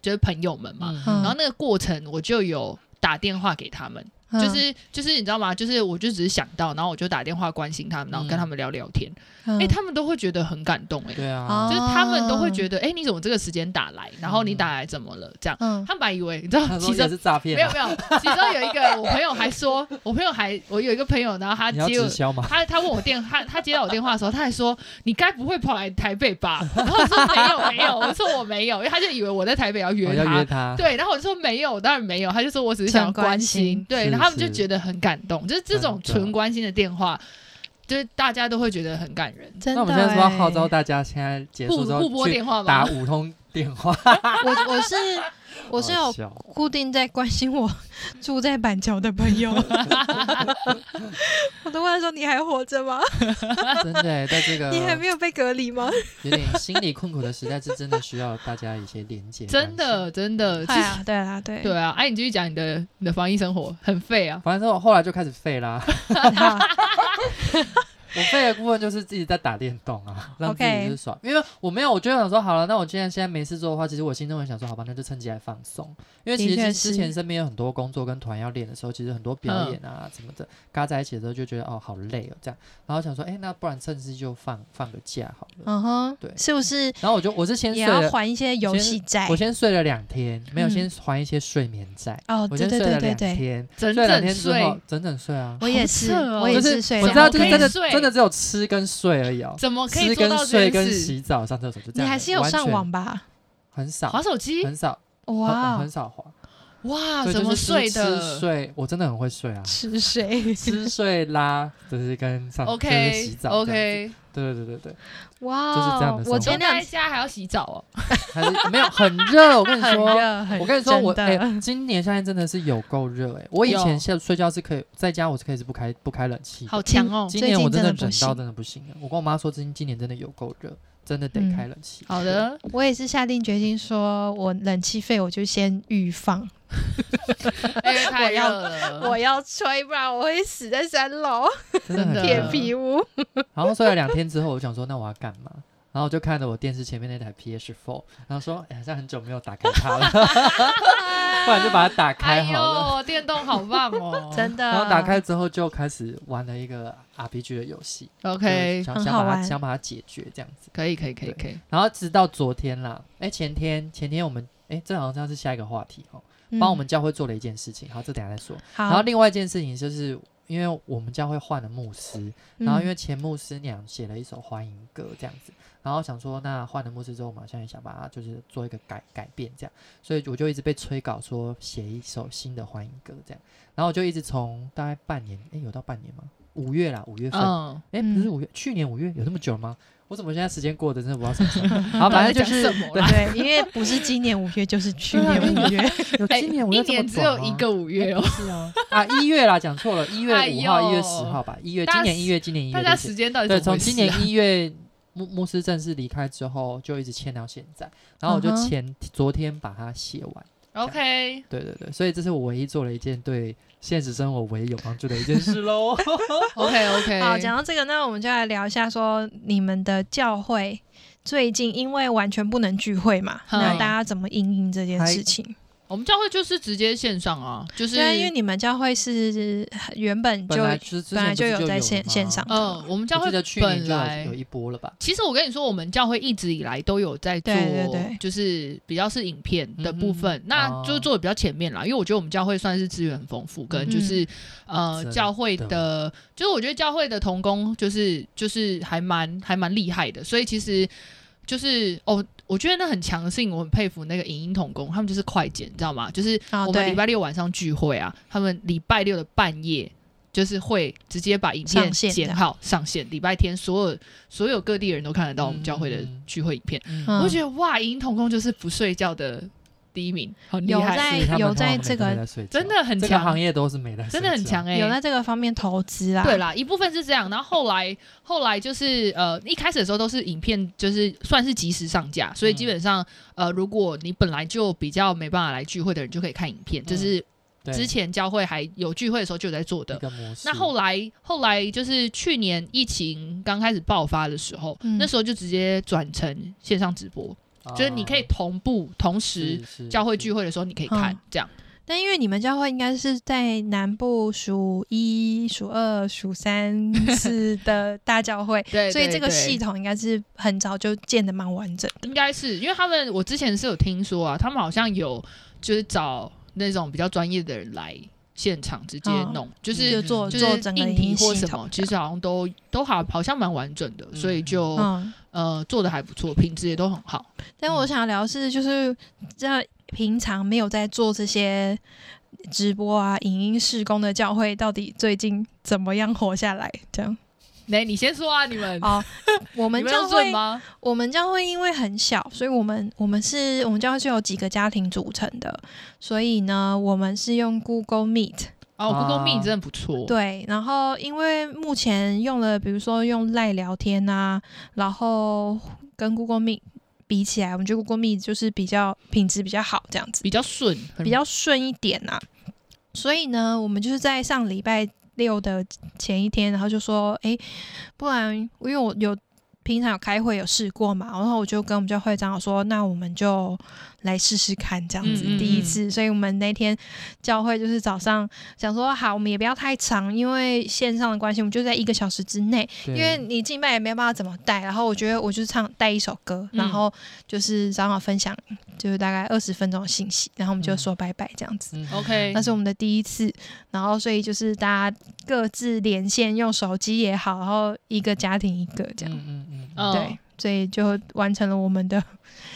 [SPEAKER 3] 就是朋友们嘛，
[SPEAKER 1] 嗯
[SPEAKER 3] 然后那个过程我就有打电话给他们，
[SPEAKER 1] 嗯
[SPEAKER 3] 就是就是你知道吗？就是我就只是想到，然后我就打电话关心他们，
[SPEAKER 2] 嗯
[SPEAKER 3] 然后跟他们聊聊天。哎、
[SPEAKER 1] 嗯
[SPEAKER 3] 他们都会觉得很感动、诶，
[SPEAKER 2] 对
[SPEAKER 1] 哦
[SPEAKER 2] 啊，
[SPEAKER 3] 就是他们都会觉
[SPEAKER 2] 哦
[SPEAKER 3] 得，哎、你怎么这个时间打来？然后你打来怎么了？这样，
[SPEAKER 1] 嗯
[SPEAKER 3] 他们还以为你知道，
[SPEAKER 2] 嗯他
[SPEAKER 3] 其
[SPEAKER 2] 说
[SPEAKER 3] 中
[SPEAKER 2] 这是诈骗
[SPEAKER 3] 没有
[SPEAKER 2] 啊，
[SPEAKER 3] 没有，其中有一个我朋友还说，我朋友还我有一个朋友，然后他
[SPEAKER 2] 你要
[SPEAKER 3] 接我
[SPEAKER 2] 直销吗？
[SPEAKER 3] 他他问我电，他他接到我电话的时候，他还说：“你该不会跑来台北吧？” *laughs* 然后我说：“没有没有。”我说：“我没有。”因为他就以为我在台北要
[SPEAKER 2] 我
[SPEAKER 3] 约
[SPEAKER 2] 哦要
[SPEAKER 3] 他。
[SPEAKER 2] 约他。
[SPEAKER 3] 对，然后我就说没有，当然没有，他就说我只是想要
[SPEAKER 1] 纯关
[SPEAKER 3] 关
[SPEAKER 1] 心
[SPEAKER 3] 心，对，
[SPEAKER 2] 是
[SPEAKER 3] 然后他们就是觉得很感动，就是这种
[SPEAKER 2] 真的
[SPEAKER 3] 纯关心的电话，就是大家都会觉得很感人。
[SPEAKER 1] *laughs* 真的
[SPEAKER 2] 那我们现在是不是要号召
[SPEAKER 1] 欸
[SPEAKER 2] 大家，现在结
[SPEAKER 3] 互
[SPEAKER 2] 束之后
[SPEAKER 3] 互拨
[SPEAKER 2] 去
[SPEAKER 3] 电话
[SPEAKER 2] 打
[SPEAKER 3] 吗？
[SPEAKER 2] 五通电话。
[SPEAKER 1] 我我
[SPEAKER 2] *laughs*
[SPEAKER 1] 是我是有
[SPEAKER 2] 好笑
[SPEAKER 1] 固定在关心我 *laughs* 住在板桥的朋
[SPEAKER 2] *laughs*
[SPEAKER 1] 友， *laughs* 我都问他说：“你还活着吗？
[SPEAKER 2] 真的欸，在这个
[SPEAKER 1] 你还没有被隔离吗
[SPEAKER 2] 有点心理困苦的时代，是真的需要大家一些连接。
[SPEAKER 3] 真的。真的，？”其
[SPEAKER 1] 对
[SPEAKER 3] 实
[SPEAKER 1] 啊，对啦，对，
[SPEAKER 3] 对啊，哎，你继续讲你的你的防疫生活很废啊，
[SPEAKER 2] 反正我后来就开始废啦， *laughs* 啊
[SPEAKER 1] *laughs* 好
[SPEAKER 2] 我废的部分就是自己在打电动
[SPEAKER 1] *laughs*
[SPEAKER 2] 啊，让自
[SPEAKER 1] OK
[SPEAKER 2] 己就是爽。因为我没有，我就想说好了，那我既然现在没事做的话，其实我心中很想说，好吧，那就趁机来放松。因为其
[SPEAKER 1] 的确
[SPEAKER 2] 实之
[SPEAKER 1] 是
[SPEAKER 2] 前身边有很多工作跟团要练的时候，其实很多表演啊什么的，嘎在一起的时候就觉得哦好累哦这样，然后想说哎、那不然趁机就放放个假好了。
[SPEAKER 1] 嗯哼，
[SPEAKER 2] 对
[SPEAKER 1] 是不是
[SPEAKER 2] 然后我就我是先
[SPEAKER 1] 也
[SPEAKER 2] 睡
[SPEAKER 1] 要
[SPEAKER 2] 了，
[SPEAKER 1] 还一些游戏债
[SPEAKER 2] 我？先睡了两天，没有
[SPEAKER 1] 嗯
[SPEAKER 2] 先还一些睡眠债。
[SPEAKER 1] 哦，
[SPEAKER 2] 我
[SPEAKER 1] 对
[SPEAKER 2] 先
[SPEAKER 1] 对
[SPEAKER 2] 睡
[SPEAKER 1] 对
[SPEAKER 2] 了
[SPEAKER 1] 对
[SPEAKER 2] 两
[SPEAKER 1] 对，
[SPEAKER 2] 天，
[SPEAKER 3] 整
[SPEAKER 2] 睡了两
[SPEAKER 3] 整
[SPEAKER 2] 天之
[SPEAKER 3] 睡
[SPEAKER 2] 后，整整睡啊，
[SPEAKER 1] 我也是，
[SPEAKER 3] 好扯哦
[SPEAKER 1] 我也
[SPEAKER 2] 就是是
[SPEAKER 1] 睡
[SPEAKER 2] 我
[SPEAKER 1] 两
[SPEAKER 2] 知道，
[SPEAKER 1] 天，
[SPEAKER 2] 就是
[SPEAKER 3] 可以
[SPEAKER 2] 真的
[SPEAKER 3] 睡
[SPEAKER 2] 真的只有吃跟睡而已哦，
[SPEAKER 3] 怎么可以
[SPEAKER 2] 吃
[SPEAKER 3] 做
[SPEAKER 2] 跟
[SPEAKER 3] 到这
[SPEAKER 2] 睡
[SPEAKER 3] 件
[SPEAKER 2] 跟
[SPEAKER 3] 事？
[SPEAKER 2] 洗澡、上厕所就这
[SPEAKER 1] 你
[SPEAKER 2] 样，
[SPEAKER 1] 还是有
[SPEAKER 2] 完全
[SPEAKER 1] 上网吧？
[SPEAKER 2] 很少，
[SPEAKER 3] 滑手机
[SPEAKER 2] 很少，
[SPEAKER 1] 哇
[SPEAKER 2] 很
[SPEAKER 1] 哦，
[SPEAKER 2] 很，少滑，
[SPEAKER 3] 哇，
[SPEAKER 2] 所以
[SPEAKER 3] 怎
[SPEAKER 2] 就
[SPEAKER 3] 么
[SPEAKER 2] 是
[SPEAKER 3] 睡
[SPEAKER 2] 吃
[SPEAKER 3] 的？
[SPEAKER 2] 睡，我真的很会睡
[SPEAKER 1] *laughs*
[SPEAKER 2] 啊
[SPEAKER 3] *laughs*
[SPEAKER 1] 吃
[SPEAKER 2] *laughs*
[SPEAKER 1] 水，
[SPEAKER 2] 吃睡啦，就是跟上就是洗
[SPEAKER 3] OK
[SPEAKER 2] 澡这样子
[SPEAKER 3] OK，
[SPEAKER 2] 对对对对对，
[SPEAKER 1] 哇
[SPEAKER 2] 就是这样
[SPEAKER 1] 哦
[SPEAKER 2] 的！生活
[SPEAKER 1] 我
[SPEAKER 3] 说
[SPEAKER 1] 前两
[SPEAKER 3] 待在家还要洗澡哦。
[SPEAKER 2] 嗯还是没有很热，我跟你
[SPEAKER 1] 很
[SPEAKER 2] 说。
[SPEAKER 1] 热，很
[SPEAKER 2] 我跟你说，我
[SPEAKER 1] 真
[SPEAKER 2] 哎、
[SPEAKER 1] 的
[SPEAKER 2] 今年夏天真的是有够热哎！我以前
[SPEAKER 3] 有
[SPEAKER 2] 下睡觉是可以在家，我是可以是不开不开冷气的，
[SPEAKER 3] 好强哦！
[SPEAKER 2] 今
[SPEAKER 1] 最
[SPEAKER 2] 年
[SPEAKER 1] 近
[SPEAKER 2] 我真
[SPEAKER 1] 真
[SPEAKER 2] 的
[SPEAKER 1] 的不
[SPEAKER 2] 忍到
[SPEAKER 1] 行
[SPEAKER 2] 真的不行了。我跟我妈说，今今年真的有够热，真的得
[SPEAKER 1] 嗯
[SPEAKER 2] 开冷气。
[SPEAKER 3] 好的，
[SPEAKER 1] *laughs* 我也是下定决心说，我冷气费我就先预放，
[SPEAKER 2] *laughs*
[SPEAKER 3] 因为太热哎
[SPEAKER 2] 嗯
[SPEAKER 3] 了，
[SPEAKER 1] 我要吹，不然我会死在三楼
[SPEAKER 2] *laughs* 真的
[SPEAKER 3] 真的
[SPEAKER 2] 很
[SPEAKER 1] 铁
[SPEAKER 2] 热
[SPEAKER 1] 皮屋。！
[SPEAKER 2] 哦然后睡了两天之后，我想说那我要干嘛？然后我就看着我电视前面那台 PS4，然后说哎好像很久没有打开它了， *laughs* 不然就把它打
[SPEAKER 3] 哎
[SPEAKER 2] 开好了。
[SPEAKER 3] 呦，电动好棒哦
[SPEAKER 1] 哎真的，
[SPEAKER 2] 然后打开之后就开始玩了一个 RPG 的游戏
[SPEAKER 3] ，OK，
[SPEAKER 2] 就
[SPEAKER 1] 很
[SPEAKER 2] 想想
[SPEAKER 1] 好
[SPEAKER 2] 把它
[SPEAKER 1] 玩
[SPEAKER 2] 想把它解决这样子。
[SPEAKER 3] 可以可以可以可以，
[SPEAKER 2] 然后直到昨天啦，哎前天前天我们哎这好像是下一个话题哦，
[SPEAKER 1] 嗯
[SPEAKER 2] 帮我们教会做了一件事情，好这等一下再说。
[SPEAKER 1] 好，
[SPEAKER 2] 然后另外一件事情就是，因为我们教会换了牧师，
[SPEAKER 1] 嗯
[SPEAKER 2] 然后因为前牧师娘写了一首欢迎歌这样子，然后想说那换了牧师之后，我们好像也想把它就是做一个改改变这样，所以我就一直被催稿说写一首新的欢迎歌这样，然后我就一直从大概半年，诶，有到半年吗？五月啦，五月份，
[SPEAKER 3] 嗯，
[SPEAKER 2] 诶，
[SPEAKER 1] 嗯
[SPEAKER 2] 不是五月，去年五月有那么久吗？我怎么现在时间过得真的不知道什么时候？好，反正就
[SPEAKER 3] 到
[SPEAKER 2] 是
[SPEAKER 3] 底在讲什么啦
[SPEAKER 2] 对，
[SPEAKER 1] 对，因为不是今年五月就是去
[SPEAKER 2] 啊
[SPEAKER 1] 年五月，
[SPEAKER 2] *laughs* 有
[SPEAKER 3] 哎
[SPEAKER 2] 今年五
[SPEAKER 3] 一
[SPEAKER 2] 月这么啊
[SPEAKER 3] 年只
[SPEAKER 2] 短
[SPEAKER 3] 有一
[SPEAKER 2] 吗
[SPEAKER 3] 个五月哦，
[SPEAKER 2] 是啊，啊一月啦，讲错了，一月
[SPEAKER 3] 哎
[SPEAKER 2] 五号、
[SPEAKER 3] 呦
[SPEAKER 2] 一月十号吧，一月
[SPEAKER 3] 大
[SPEAKER 2] 今
[SPEAKER 3] 家
[SPEAKER 2] 年一月，今年一月
[SPEAKER 3] *laughs* 大
[SPEAKER 2] 的
[SPEAKER 3] 家
[SPEAKER 2] 事
[SPEAKER 3] 时间到底
[SPEAKER 2] 哎对，从
[SPEAKER 3] 怎么回事
[SPEAKER 2] 今
[SPEAKER 3] 啊
[SPEAKER 2] 年一月牧牧师正式离开之后，就一直签到现在，然后我就
[SPEAKER 1] 嗯哼
[SPEAKER 2] 前、昨天把它写完，
[SPEAKER 3] OK，
[SPEAKER 2] 对对对，所以这是我唯一做了一件对现实生活唯一有帮助的一件事
[SPEAKER 3] *laughs*
[SPEAKER 2] 喽。
[SPEAKER 3] OK
[SPEAKER 2] *laughs*
[SPEAKER 3] OK，
[SPEAKER 1] 好，讲到这个，那我们就来聊一下说你们的教会最近因为完全不能聚会嘛，
[SPEAKER 3] 嗯
[SPEAKER 1] 那大家怎么应应这件
[SPEAKER 2] 还
[SPEAKER 1] 事情？
[SPEAKER 3] 我们教会就是直接线上啊，就是
[SPEAKER 1] 对啊，因为你们教会是原本
[SPEAKER 2] 本
[SPEAKER 1] 就
[SPEAKER 2] 来就是之
[SPEAKER 1] 本来
[SPEAKER 2] 前不是
[SPEAKER 1] 有
[SPEAKER 2] 有
[SPEAKER 1] 在
[SPEAKER 2] 了
[SPEAKER 1] 线
[SPEAKER 2] 吗
[SPEAKER 1] 线上，的
[SPEAKER 3] 呃
[SPEAKER 1] 嘛，，
[SPEAKER 3] 我们教
[SPEAKER 2] 我
[SPEAKER 3] 会
[SPEAKER 2] 记得去年
[SPEAKER 3] 本
[SPEAKER 2] 就
[SPEAKER 3] 来
[SPEAKER 2] 有有一波了吧？
[SPEAKER 3] 其实我跟你说，我们教会一直以来都有在做，
[SPEAKER 1] 对对对
[SPEAKER 3] 就是比较是影片的部分，
[SPEAKER 2] 嗯
[SPEAKER 3] 那就是做的比较前面啦。因为我觉得我们教会算是资源很丰富，跟就是、呃
[SPEAKER 2] 真的
[SPEAKER 3] 教会的，就是我觉得教会的童工就是就是还蛮还蛮厉害的，所以其实就是哦。我觉得那很强性，我很佩服那个影音童工，他们就是快剪，你知道吗？就是
[SPEAKER 1] 啊
[SPEAKER 3] 我们
[SPEAKER 1] 对
[SPEAKER 3] 礼拜六晚上聚会啊，他们礼拜六的半夜就是会直接把影片
[SPEAKER 1] 上线
[SPEAKER 3] 剪
[SPEAKER 1] 的
[SPEAKER 3] 好上线，礼拜天所有所有各地的人都看得到我们教会的
[SPEAKER 2] 嗯
[SPEAKER 3] 聚会影片。
[SPEAKER 1] 嗯
[SPEAKER 3] 我就觉得哇，银童工就是不睡觉的第一名，很厉
[SPEAKER 1] 有
[SPEAKER 3] 害，
[SPEAKER 1] 在
[SPEAKER 2] 所以他们
[SPEAKER 1] 有
[SPEAKER 2] 通常
[SPEAKER 1] 在
[SPEAKER 2] 每
[SPEAKER 1] 这
[SPEAKER 2] 天都
[SPEAKER 1] 个
[SPEAKER 2] 在睡觉
[SPEAKER 3] 真的很
[SPEAKER 2] 这个行
[SPEAKER 3] 强，
[SPEAKER 2] 业都是没在睡觉，
[SPEAKER 3] 真的很强哎、
[SPEAKER 1] 有在这个方面投资啦，
[SPEAKER 3] 对啦，一部分是这样，然后后来后来就是呃，一开始的时候都是影片，就是算是及时上架，所以基本上、呃，如果你本来就比较没办法来聚会的人，就可以看影片，这是
[SPEAKER 2] 对
[SPEAKER 3] 之前教会还有聚会的时候就有在做的
[SPEAKER 2] 一。个模式。
[SPEAKER 3] 那后来，后来就是去年疫情刚开始爆发的时候，
[SPEAKER 1] 嗯
[SPEAKER 3] 那时候就直接转成线上直播，
[SPEAKER 2] 啊
[SPEAKER 3] 就是你可以同步同时教会聚
[SPEAKER 2] 会，
[SPEAKER 3] 会的时候你可以看
[SPEAKER 1] 嗯，
[SPEAKER 3] 这样
[SPEAKER 1] 但因为你们教会应该是在南部数一、数二、数
[SPEAKER 3] *laughs*
[SPEAKER 1] 三四的大教会，
[SPEAKER 3] 对
[SPEAKER 1] 所以这个系
[SPEAKER 3] 系
[SPEAKER 1] 统应该是很早就建的蛮完整的。
[SPEAKER 3] 应该是因为他们，我之前是有听说啊，他们好像有就是找那种比较专业的人来现场直接弄，就是
[SPEAKER 1] 就做
[SPEAKER 3] 就
[SPEAKER 1] 嗯做
[SPEAKER 3] 是
[SPEAKER 1] 整个
[SPEAKER 3] 硬
[SPEAKER 1] 影
[SPEAKER 3] 题
[SPEAKER 1] 音
[SPEAKER 3] 或
[SPEAKER 1] 系
[SPEAKER 3] 什
[SPEAKER 1] 统
[SPEAKER 3] 么，
[SPEAKER 1] 的，
[SPEAKER 3] 其实好像都都好好像蛮完整的，
[SPEAKER 2] 嗯
[SPEAKER 3] 所以就
[SPEAKER 1] 嗯。
[SPEAKER 3] 呃做的还不错，品质也都很好。
[SPEAKER 1] 但
[SPEAKER 3] 嗯
[SPEAKER 1] 我想要聊的是，就是这平常没有在做这些直播啊、影音施工的教会，到底最近怎么样活下来？这
[SPEAKER 3] *laughs*
[SPEAKER 1] 样
[SPEAKER 3] 来，你先说啊，你们
[SPEAKER 1] 哦，我
[SPEAKER 3] 你
[SPEAKER 1] 们
[SPEAKER 3] 们
[SPEAKER 1] 教
[SPEAKER 3] 有准
[SPEAKER 1] 会
[SPEAKER 3] 吗？
[SPEAKER 1] 我们教会因为很小，所以我们我们是我们教会是由几个家庭组成的，所以呢，我们是用 Google Meet
[SPEAKER 3] 哦，Google
[SPEAKER 2] 啊
[SPEAKER 3] Meet 真的不错，
[SPEAKER 1] 对，然后因为目前用了，比如说用赖聊天啊，然后跟 Google Meet 比起来，我们觉得 Google Meet 就是比较品质比较好，这样子
[SPEAKER 3] 比较顺，很
[SPEAKER 1] 比较顺一点啊。所以呢，我们就是在上礼拜六的前一天，然后就说，诶，不然因为我有平常有开会有试过嘛，然后我就跟我们教会长老说，那我们就来试试看这样子，
[SPEAKER 3] 嗯嗯嗯
[SPEAKER 1] 第一次。所以我们那天教会就是早上想说，好，我们也不要太长，因为线上的关系，我们就在一个小时之内，
[SPEAKER 2] 对，
[SPEAKER 1] 因为你敬拜也没有办法怎么带，然后我觉得我就唱带一首歌，
[SPEAKER 3] 嗯
[SPEAKER 1] 然后就是长老分享就是大概二十分钟的信息，然后我们就说拜拜这样子。
[SPEAKER 2] 嗯
[SPEAKER 3] OK
[SPEAKER 1] 那是我们的第一次，然后所以就是大家各自连线，用手机也好，然后一个家庭一个这样，
[SPEAKER 2] 嗯嗯嗯，
[SPEAKER 3] 嗯
[SPEAKER 1] 对，所以就完成了我们的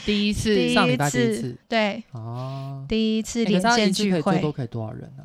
[SPEAKER 3] 第一次
[SPEAKER 1] 第
[SPEAKER 2] 嗯上
[SPEAKER 1] 一
[SPEAKER 2] 礼拜第一
[SPEAKER 1] 次
[SPEAKER 2] 次
[SPEAKER 1] 对
[SPEAKER 2] 哦，
[SPEAKER 1] 第一次
[SPEAKER 2] 欸可是
[SPEAKER 1] 连
[SPEAKER 2] 他
[SPEAKER 1] 线
[SPEAKER 2] 一次可
[SPEAKER 1] 聚
[SPEAKER 2] 以最
[SPEAKER 1] 会。
[SPEAKER 2] 多可以多少人呢？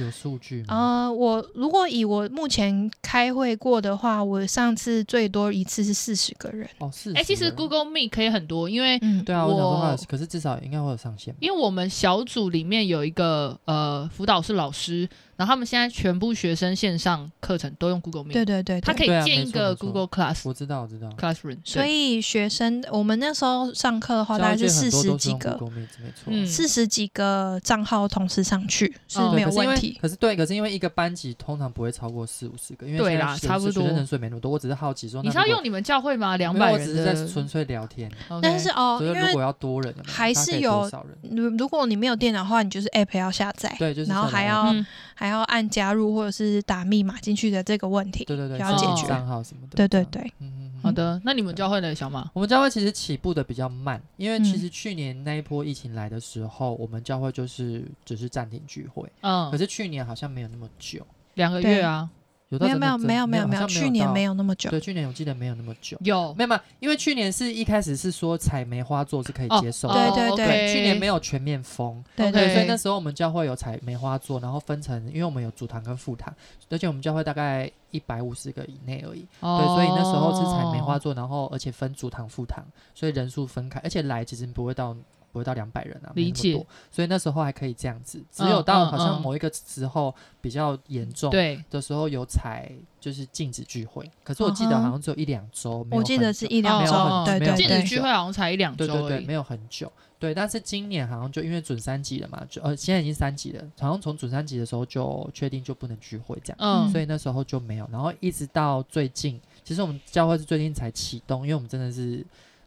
[SPEAKER 2] 有数据吗？
[SPEAKER 1] 呃，我如果以我目前开会过的话，我上次最多一次是四十个人。
[SPEAKER 2] 哦，是。
[SPEAKER 3] 哎、其实 Google Meet 可以很多，因为
[SPEAKER 1] 嗯，
[SPEAKER 2] 对啊，我想说它有
[SPEAKER 3] 我，
[SPEAKER 2] 可是至少应该会有上限吧。
[SPEAKER 3] 因为我们小组里面有一个呃辅导是老师，然后他们现在全部学生线上课程都用 Google Meet，
[SPEAKER 1] 对对对，对
[SPEAKER 3] 他可以
[SPEAKER 2] 对啊
[SPEAKER 3] 建
[SPEAKER 2] 没
[SPEAKER 3] 一
[SPEAKER 2] 错
[SPEAKER 3] 个
[SPEAKER 2] 没错嗯
[SPEAKER 3] Google Class
[SPEAKER 2] 我知道，我知道。
[SPEAKER 3] Classroom，
[SPEAKER 1] 所
[SPEAKER 3] 对
[SPEAKER 1] 以学生，我们那时候上课的话，大概
[SPEAKER 2] 教育
[SPEAKER 1] 是
[SPEAKER 2] 界
[SPEAKER 1] 四
[SPEAKER 2] 啊很
[SPEAKER 1] 十
[SPEAKER 2] 多都是
[SPEAKER 1] 几
[SPEAKER 2] 用
[SPEAKER 1] 个，
[SPEAKER 2] Google Meet 没错。
[SPEAKER 3] 嗯
[SPEAKER 1] 四十几个账号同时上去是
[SPEAKER 3] 嗯
[SPEAKER 1] 没
[SPEAKER 2] 对
[SPEAKER 1] 有
[SPEAKER 2] 哦可是因
[SPEAKER 1] 问
[SPEAKER 2] 为
[SPEAKER 1] 题。
[SPEAKER 2] 可是对，可是因为一个班级通常不会超过四五十个，因为
[SPEAKER 3] 对
[SPEAKER 2] 现在
[SPEAKER 3] 啦
[SPEAKER 2] 学
[SPEAKER 3] 差不
[SPEAKER 2] 学
[SPEAKER 3] 多
[SPEAKER 2] 生人数也没那么多。我只是好奇说，
[SPEAKER 3] 你
[SPEAKER 2] 那
[SPEAKER 3] 是要
[SPEAKER 2] 如果
[SPEAKER 3] 用你们教会吗？两
[SPEAKER 2] 没有
[SPEAKER 3] 百
[SPEAKER 2] 我
[SPEAKER 3] 人
[SPEAKER 2] 只是在
[SPEAKER 3] 的
[SPEAKER 2] 纯粹聊天。
[SPEAKER 3] OK
[SPEAKER 1] 但是哦，
[SPEAKER 2] 所以
[SPEAKER 1] 因
[SPEAKER 2] 如
[SPEAKER 1] 为
[SPEAKER 2] 果要多人有没有，
[SPEAKER 1] 还
[SPEAKER 2] 它可
[SPEAKER 1] 是
[SPEAKER 2] 以
[SPEAKER 1] 有
[SPEAKER 2] 多少人？
[SPEAKER 1] 如如果你没有电脑的话，你就是 app 要下载，
[SPEAKER 2] 对，就是
[SPEAKER 1] 然后
[SPEAKER 2] 这
[SPEAKER 1] 还
[SPEAKER 2] 样的
[SPEAKER 1] 要
[SPEAKER 3] 嗯，
[SPEAKER 1] 还要按加入或者是打密码进去的这个问题。
[SPEAKER 2] 对对对，
[SPEAKER 1] 要
[SPEAKER 2] 自己
[SPEAKER 3] 解决
[SPEAKER 2] 账号什么的。
[SPEAKER 1] 对对
[SPEAKER 2] 这样，
[SPEAKER 1] 对，
[SPEAKER 2] 嗯嗯。
[SPEAKER 3] 好的，那你们教会的小马，
[SPEAKER 2] 我们教会其实起步的比较慢，因为其
[SPEAKER 1] 嗯
[SPEAKER 2] 实去年那一波疫情来的时候，我们教会就是只是暂停聚会，
[SPEAKER 1] 哦
[SPEAKER 2] 可
[SPEAKER 3] 嗯，
[SPEAKER 2] 是去年好像没有那么久，
[SPEAKER 3] 两个月啊，
[SPEAKER 2] 有到
[SPEAKER 1] 没有
[SPEAKER 2] 真的
[SPEAKER 1] 没有
[SPEAKER 2] 真
[SPEAKER 1] 没有没有
[SPEAKER 2] 好
[SPEAKER 1] 没有，
[SPEAKER 2] 像
[SPEAKER 1] 去年没
[SPEAKER 2] 有
[SPEAKER 1] 有那么久
[SPEAKER 2] 到，。对，去年我记得没有那么久，
[SPEAKER 3] 有
[SPEAKER 2] 没有没有，因为去年是一开始是说采梅花座是可以
[SPEAKER 3] 哦
[SPEAKER 2] 接受
[SPEAKER 3] 哦
[SPEAKER 2] 的，
[SPEAKER 1] 对对对
[SPEAKER 3] OK
[SPEAKER 2] 去年没有全面封，
[SPEAKER 1] 对
[SPEAKER 3] OK
[SPEAKER 2] 对，所以
[SPEAKER 1] 对
[SPEAKER 2] 那时候我们教会有采梅花座，然后分成，因为我们有主堂跟副堂，而且我们教会大概一百五十个以内而已，对，所以那时候是采梅花
[SPEAKER 3] 哦
[SPEAKER 2] 座，然后而且分主堂、副堂，所以人数分开，而且来其实不会到不会到两百人啊，没
[SPEAKER 3] 理
[SPEAKER 2] 那么
[SPEAKER 3] 解
[SPEAKER 2] 多，所以那时候还可以这样子，只
[SPEAKER 3] 嗯
[SPEAKER 2] 有到
[SPEAKER 3] 嗯
[SPEAKER 2] 好像
[SPEAKER 3] 嗯
[SPEAKER 2] 某一个时候比较严重
[SPEAKER 3] 对，
[SPEAKER 2] 的时候有采，就是禁止聚会，可是我记得
[SPEAKER 3] 啊
[SPEAKER 1] 嗯哼
[SPEAKER 2] 好像只有一两周，没有
[SPEAKER 1] 我记
[SPEAKER 2] 很
[SPEAKER 1] 得
[SPEAKER 2] 久
[SPEAKER 1] 是一两
[SPEAKER 3] 哦
[SPEAKER 1] 周
[SPEAKER 3] 哦，
[SPEAKER 1] 对
[SPEAKER 2] 没
[SPEAKER 1] 对
[SPEAKER 2] 有很
[SPEAKER 3] 禁
[SPEAKER 1] 对
[SPEAKER 3] 止聚会好像才一两
[SPEAKER 2] 对对
[SPEAKER 3] 周而
[SPEAKER 2] 对，
[SPEAKER 3] 已
[SPEAKER 2] 没。有很久。对，但是今年好像就因为准三级了嘛，就呃现在已经三级了，好像从准三级的时候就确定就不能聚会这样，
[SPEAKER 3] 嗯，
[SPEAKER 2] 所以那时候就没有。然后一直到最近，其实我们教会是最近才启动，因为我们真的是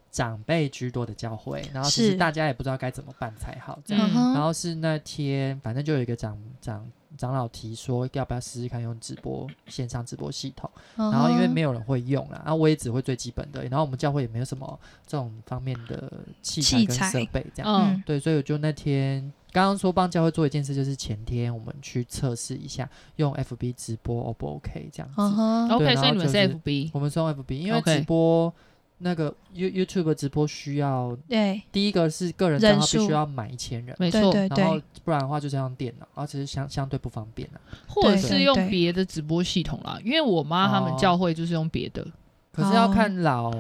[SPEAKER 2] 长辈居多的教会，然后其实
[SPEAKER 1] 是
[SPEAKER 2] 大家也不知道该怎么办才好，这样。
[SPEAKER 1] 嗯哼
[SPEAKER 2] 然后是那天，反正就有一个长长长老提说，要不要试试看用直播线上直播系统。
[SPEAKER 1] 嗯
[SPEAKER 2] 然后因为没有人会用啦，然后我也只会最基本的，然后我们教会也没有什么这种方面的器材
[SPEAKER 1] 器
[SPEAKER 2] 跟
[SPEAKER 1] 材
[SPEAKER 2] 设备这样。
[SPEAKER 3] 嗯
[SPEAKER 1] 嗯
[SPEAKER 2] 对，所以我就那天刚刚说帮教会做一件事，就是前天我们去测试一下用 FB 直播 O 不 OK 这样子。
[SPEAKER 1] 嗯哼
[SPEAKER 2] 对
[SPEAKER 3] ，OK，
[SPEAKER 2] 然
[SPEAKER 3] 所以
[SPEAKER 2] 后
[SPEAKER 3] 你们
[SPEAKER 2] 就是
[SPEAKER 3] FB，
[SPEAKER 2] 我们是用 FB，因为
[SPEAKER 3] OK
[SPEAKER 2] 直播那个 You YouTube 直播需要
[SPEAKER 1] 对
[SPEAKER 2] 第一个是个人账号
[SPEAKER 1] 人数
[SPEAKER 2] 必须要满一千人，
[SPEAKER 3] 没
[SPEAKER 1] 对
[SPEAKER 3] 错，
[SPEAKER 1] 对
[SPEAKER 2] 然后
[SPEAKER 1] 对，
[SPEAKER 2] 不然的话就是要用电脑，而且是相相对不方便啊。
[SPEAKER 3] 或者
[SPEAKER 1] 对
[SPEAKER 3] 是
[SPEAKER 1] 对
[SPEAKER 3] 用
[SPEAKER 1] 对
[SPEAKER 3] 别的直播系统啦，因为我妈他们
[SPEAKER 2] 哦
[SPEAKER 3] 教会就是用别的，
[SPEAKER 2] 可是要
[SPEAKER 1] 哦
[SPEAKER 2] 看老